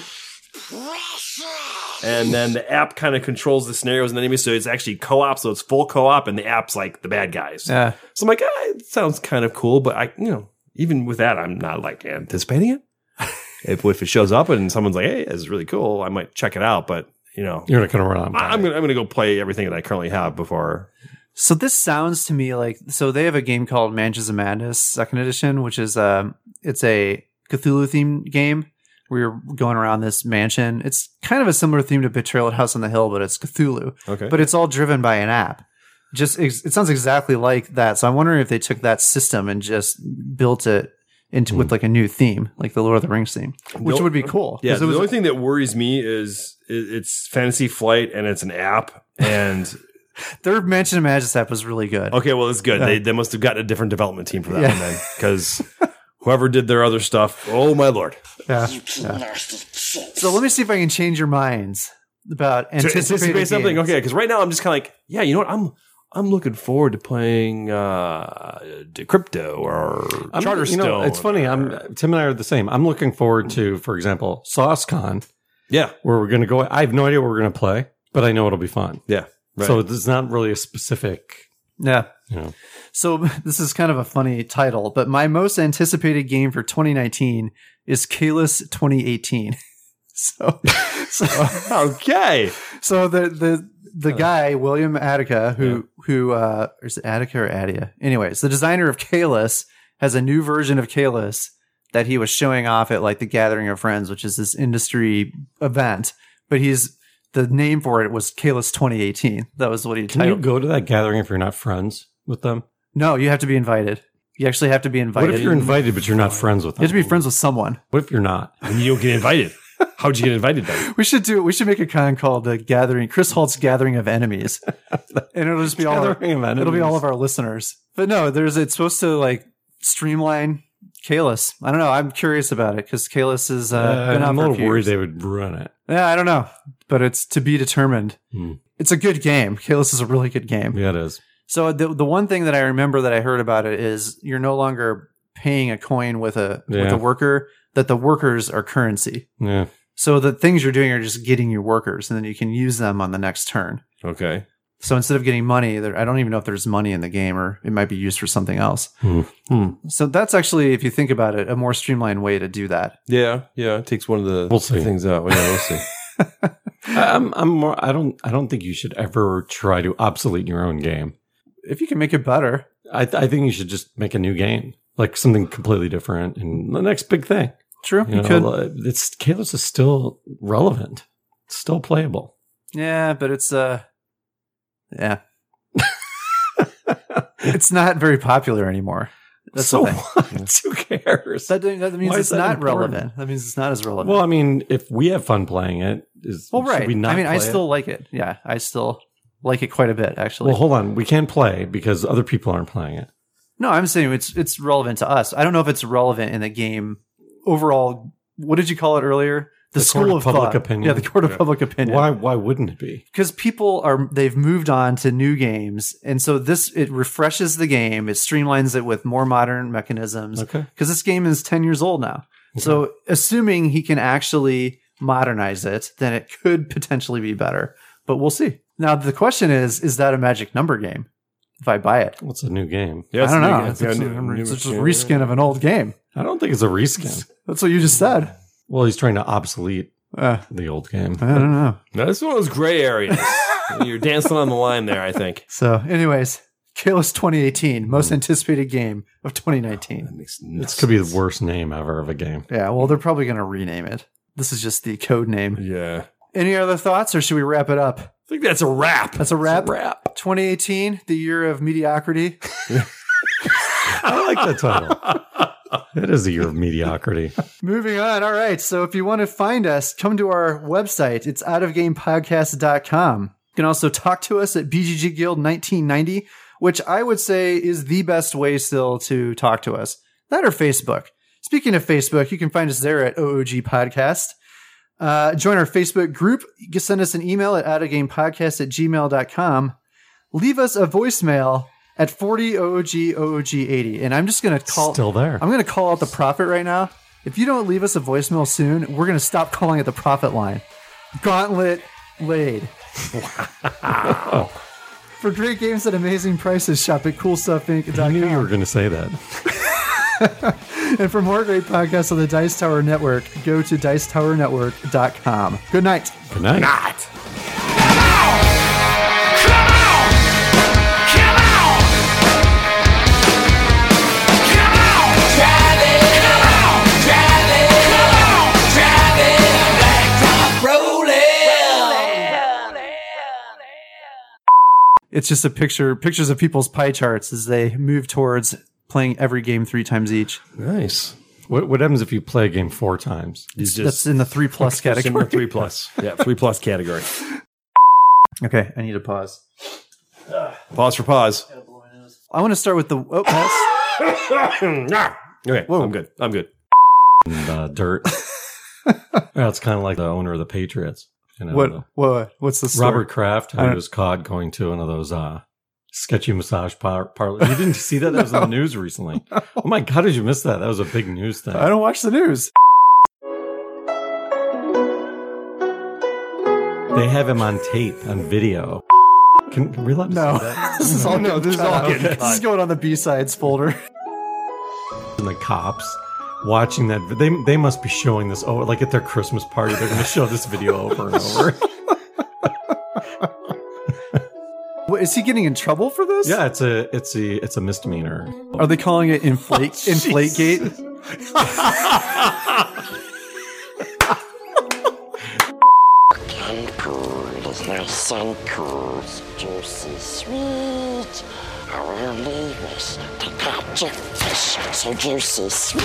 [SPEAKER 4] And then the app kind of controls the scenarios and the enemies. So it's actually co op. So it's full co op, and the app's like the bad guys.
[SPEAKER 2] Yeah.
[SPEAKER 4] So I'm like, ah, it sounds kind of cool, but I, you know, even with that, I'm not like anticipating it. if, if it shows up and someone's like, hey, it's really cool, I might check it out, but, you know.
[SPEAKER 3] You're not going to run on.
[SPEAKER 4] I- I'm gonna I'm gonna go play everything that I currently have before
[SPEAKER 2] So this sounds to me like so they have a game called Mansions of Madness Second Edition, which is um it's a Cthulhu themed game where you're going around this mansion. It's kind of a similar theme to Betrayal at House on the Hill, but it's Cthulhu.
[SPEAKER 4] Okay.
[SPEAKER 2] But it's all driven by an app. Just ex- it sounds exactly like that. So I'm wondering if they took that system and just built it into with like a new theme, like the Lord of the Rings theme, which
[SPEAKER 4] Nope.
[SPEAKER 2] would be cool.
[SPEAKER 4] Yeah,
[SPEAKER 2] 'Cause
[SPEAKER 4] Hmm. the
[SPEAKER 2] it was-
[SPEAKER 4] only thing that worries me is i- it's Fantasy Flight and it's an app. And <laughs>
[SPEAKER 2] their Mansion of Madness app was really good.
[SPEAKER 4] okay, well, it's good. They, they must have gotten a different development team for that
[SPEAKER 2] Yeah.
[SPEAKER 4] one then, because <laughs> whoever did their other stuff, oh my lord,
[SPEAKER 2] Yeah. So let me see if I can change your minds about
[SPEAKER 4] To
[SPEAKER 2] anticipating
[SPEAKER 4] anticipate something.
[SPEAKER 2] games.
[SPEAKER 4] Okay, because right now I'm just kind of like, yeah, you know what? I'm I'm looking forward to playing uh, Decrypto or
[SPEAKER 3] I'm-
[SPEAKER 4] Charterstone.
[SPEAKER 3] you know, it's funny. I'm Tim and I are the same. I'm looking forward to, for example, SauceCon,
[SPEAKER 4] yeah,
[SPEAKER 3] where we're going to go. I have no idea what we're going to play, but I know it'll be fun.
[SPEAKER 4] yeah. Right.
[SPEAKER 3] So it's not really a specific.
[SPEAKER 2] Yeah.
[SPEAKER 3] You know,
[SPEAKER 2] So <laughs> this is kind of a funny title, but my most anticipated game for 2019 is Kalis 2018. <laughs> So, <laughs> so,
[SPEAKER 4] okay,
[SPEAKER 2] so the the
[SPEAKER 3] Uh.
[SPEAKER 2] the guy William Attica, who who uh, or is it Attica or Adia? Anyways, the designer of Kalis has a new version of Kalis that he was showing off at like the Gathering of Friends, which is this industry event. But he's the name for it was Kalis 2018. That was what he
[SPEAKER 3] can you
[SPEAKER 2] titled.
[SPEAKER 3] go to that gathering if you're not friends with them?
[SPEAKER 2] no, you have to be invited. You actually have to be invited.
[SPEAKER 3] What if you're invited but you're not friends with them?
[SPEAKER 2] You have to be friends with someone.
[SPEAKER 3] What if you're <laughs> not?
[SPEAKER 4] and you don't get invited. How'd you get invited then?
[SPEAKER 2] We should do. We should make a con called the Gathering. Chris Holt's Gathering of
[SPEAKER 3] <laughs>
[SPEAKER 2] Enemies, and it'll just be all. Our,
[SPEAKER 3] Gathering of
[SPEAKER 2] it'll be
[SPEAKER 3] enemies.
[SPEAKER 2] all of our listeners. But no, there's. It's supposed to like streamline Kalis. I don't know. I'm curious about it because Kalis is uh,
[SPEAKER 3] Uh,
[SPEAKER 2] been out
[SPEAKER 3] I'm
[SPEAKER 2] for a
[SPEAKER 3] a little
[SPEAKER 2] few
[SPEAKER 3] worried
[SPEAKER 2] years.
[SPEAKER 3] they would ruin it.
[SPEAKER 2] Yeah, I don't know, but it's to be determined.
[SPEAKER 3] Hmm.
[SPEAKER 2] It's a good game. Kalis is a really good game.
[SPEAKER 3] Yeah, it is.
[SPEAKER 2] So the the one thing that I remember that I heard about it is you're no longer paying a coin with a with
[SPEAKER 3] Yeah.
[SPEAKER 2] a worker. That the workers are currency.
[SPEAKER 3] Yeah.
[SPEAKER 2] So the things you're doing are just getting your workers, and then you can use them on the next turn.
[SPEAKER 4] Okay,
[SPEAKER 2] So instead of getting money, there, I don't even know if there's money in the game, or it might be used for something else.
[SPEAKER 3] Hmm.
[SPEAKER 2] So that's actually, if you think about it, a more streamlined way to do that.
[SPEAKER 4] yeah, yeah. It takes one of the
[SPEAKER 3] We'll see.
[SPEAKER 4] things out. Yeah, we'll see.
[SPEAKER 3] I- I'm, I'm more, I don't, I don't think you should ever try to obsolete your own game.
[SPEAKER 2] If you can make it better,
[SPEAKER 3] I, I think you should just make a new game, like something completely different and the next big thing.
[SPEAKER 2] true, you,
[SPEAKER 3] You, know,
[SPEAKER 2] could.
[SPEAKER 3] like, it's Kalos is still relevant, it's still playable.
[SPEAKER 2] yeah, but it's uh,
[SPEAKER 3] <laughs>
[SPEAKER 2] yeah, it's not very popular anymore. That's
[SPEAKER 3] so
[SPEAKER 2] the thing.
[SPEAKER 3] what? <laughs> Who cares?
[SPEAKER 2] That, doesn't- that means
[SPEAKER 3] Why
[SPEAKER 2] it's
[SPEAKER 3] is that
[SPEAKER 2] not
[SPEAKER 3] important?
[SPEAKER 2] relevant. That means it's not as relevant.
[SPEAKER 3] well, I mean, if we have fun playing it, is
[SPEAKER 2] Well,
[SPEAKER 3] should
[SPEAKER 2] right.
[SPEAKER 3] We not
[SPEAKER 2] I mean, I
[SPEAKER 3] play it?
[SPEAKER 2] still like it. Yeah, I still like it quite a bit, actually.
[SPEAKER 3] Well, hold on. We can play because other people aren't playing it.
[SPEAKER 2] No, I'm saying it's it's relevant to us. I don't know if it's relevant in the game overall. What did you call it earlier? The,
[SPEAKER 3] The
[SPEAKER 2] school
[SPEAKER 3] court of
[SPEAKER 2] of
[SPEAKER 3] public
[SPEAKER 2] thought.
[SPEAKER 3] opinion.
[SPEAKER 2] Yeah, the court of public opinion.
[SPEAKER 3] Why? Why wouldn't it be?
[SPEAKER 2] Because people are they've moved on to new games, and so this it refreshes the game. It streamlines it with more modern mechanisms.
[SPEAKER 3] Okay.
[SPEAKER 2] Because this game is ten years old now. So assuming he can actually modernize it, then it could potentially be better. But we'll see. Now the question is: Is that a magic number game? If I buy it.
[SPEAKER 3] What's a new game?
[SPEAKER 4] Yeah,
[SPEAKER 2] I don't know.
[SPEAKER 4] it's
[SPEAKER 2] It's,
[SPEAKER 4] a new-
[SPEAKER 2] it's-
[SPEAKER 4] yeah, new-
[SPEAKER 2] it's just a
[SPEAKER 4] new-
[SPEAKER 2] reskin of an old game.
[SPEAKER 3] I don't think it's
[SPEAKER 2] <laughs>
[SPEAKER 3] a reskin.
[SPEAKER 2] That's what you just said.
[SPEAKER 3] Well, he's trying to obsolete
[SPEAKER 2] Uh,
[SPEAKER 3] the old game.
[SPEAKER 2] I don't know.
[SPEAKER 4] Now, this is one of those gray areas. You're dancing on the line there, I think.
[SPEAKER 2] So, anyways, Kalos 2018,
[SPEAKER 4] Hmm.
[SPEAKER 2] most anticipated game of 2019.
[SPEAKER 4] That makes no
[SPEAKER 3] This could be the
[SPEAKER 4] sense.
[SPEAKER 3] worst name ever of a game.
[SPEAKER 2] Yeah, well, they're probably going to rename it. This is just the code name.
[SPEAKER 4] Yeah.
[SPEAKER 2] Any other thoughts, or should we wrap it up?
[SPEAKER 4] I think that's a wrap.
[SPEAKER 2] That's a wrap.
[SPEAKER 4] wrap.
[SPEAKER 2] 2018, the year of mediocrity.
[SPEAKER 3] I like that title. it is the year of
[SPEAKER 2] <laughs>
[SPEAKER 3] mediocrity.
[SPEAKER 2] Moving on. All right. So if you want to find us, come to our website. It's outofgamepodcast.com. You can also talk to us at BGG Guild 1990, which I would say is the best way still to talk to us. That or Facebook. Speaking of Facebook, you can find us there at OOG Podcast. Uh, join our Facebook group. You can send us an email at outofgamepodcast at gmail.com. Leave us a voicemail at 40 OOG OOG 80. And I'm just going to call.
[SPEAKER 3] Still there.
[SPEAKER 2] <laughs> I'm going to call out the profit right now. If you don't leave us a voicemail soon, we're going to stop calling it the profit line. Gauntlet laid. <laughs> For great games at amazing prices, shop at
[SPEAKER 3] I knew
[SPEAKER 4] <laughs>
[SPEAKER 3] you were
[SPEAKER 2] coolstuffinc.com.
[SPEAKER 3] going to say that.
[SPEAKER 2] And for more great podcasts on the Dice Tower Network, go to dicetowernetwork.com. Good night.
[SPEAKER 3] Good night.
[SPEAKER 2] It's just a picture, pictures of people's pie charts as they move towards playing every game three times each.
[SPEAKER 4] Nice.
[SPEAKER 3] What, what happens if you play a game four times?
[SPEAKER 4] It's
[SPEAKER 2] That's in the three plus
[SPEAKER 4] It's in the
[SPEAKER 2] category.
[SPEAKER 4] three plus. Yeah, three
[SPEAKER 2] <laughs>
[SPEAKER 4] plus category.
[SPEAKER 2] Okay, I need a pause.
[SPEAKER 4] Pause for pause.
[SPEAKER 2] I want to start with the oh, pause.
[SPEAKER 4] Okay, I'm good. I'm good.
[SPEAKER 3] And,
[SPEAKER 2] <laughs>
[SPEAKER 3] uh, dirt. That's kind of like the owner of the Patriots. You know,
[SPEAKER 2] What,
[SPEAKER 3] the-
[SPEAKER 2] what? What's the story?
[SPEAKER 3] Robert Kraft,
[SPEAKER 2] I
[SPEAKER 3] who
[SPEAKER 2] don't-
[SPEAKER 3] was caught going to one of those uh, sketchy massage par- parlors. You didn't see that? That
[SPEAKER 2] <laughs>
[SPEAKER 3] was in the news recently. Oh my God, did you miss that? That was a big news thing.
[SPEAKER 2] I don't watch the news.
[SPEAKER 3] They have him on tape, on video. Can, can we
[SPEAKER 2] <laughs>
[SPEAKER 3] let
[SPEAKER 2] No,
[SPEAKER 3] see that?
[SPEAKER 2] <laughs> this is all no. This is all
[SPEAKER 4] getting
[SPEAKER 2] This is going on the B sides folder. <laughs>
[SPEAKER 3] And the cops watching that. vi- They, they must be showing this. Oh, like at their Christmas party, they're going to show this video over and over.
[SPEAKER 2] What, is he getting in trouble for this?
[SPEAKER 3] yeah, it's a it's a it's a misdemeanor.
[SPEAKER 2] Are they calling it <laughs> inflate inflate gate?
[SPEAKER 7] and cool is my sun cool's juicy sweet. Our leaves to catch a fish so juicy sweet.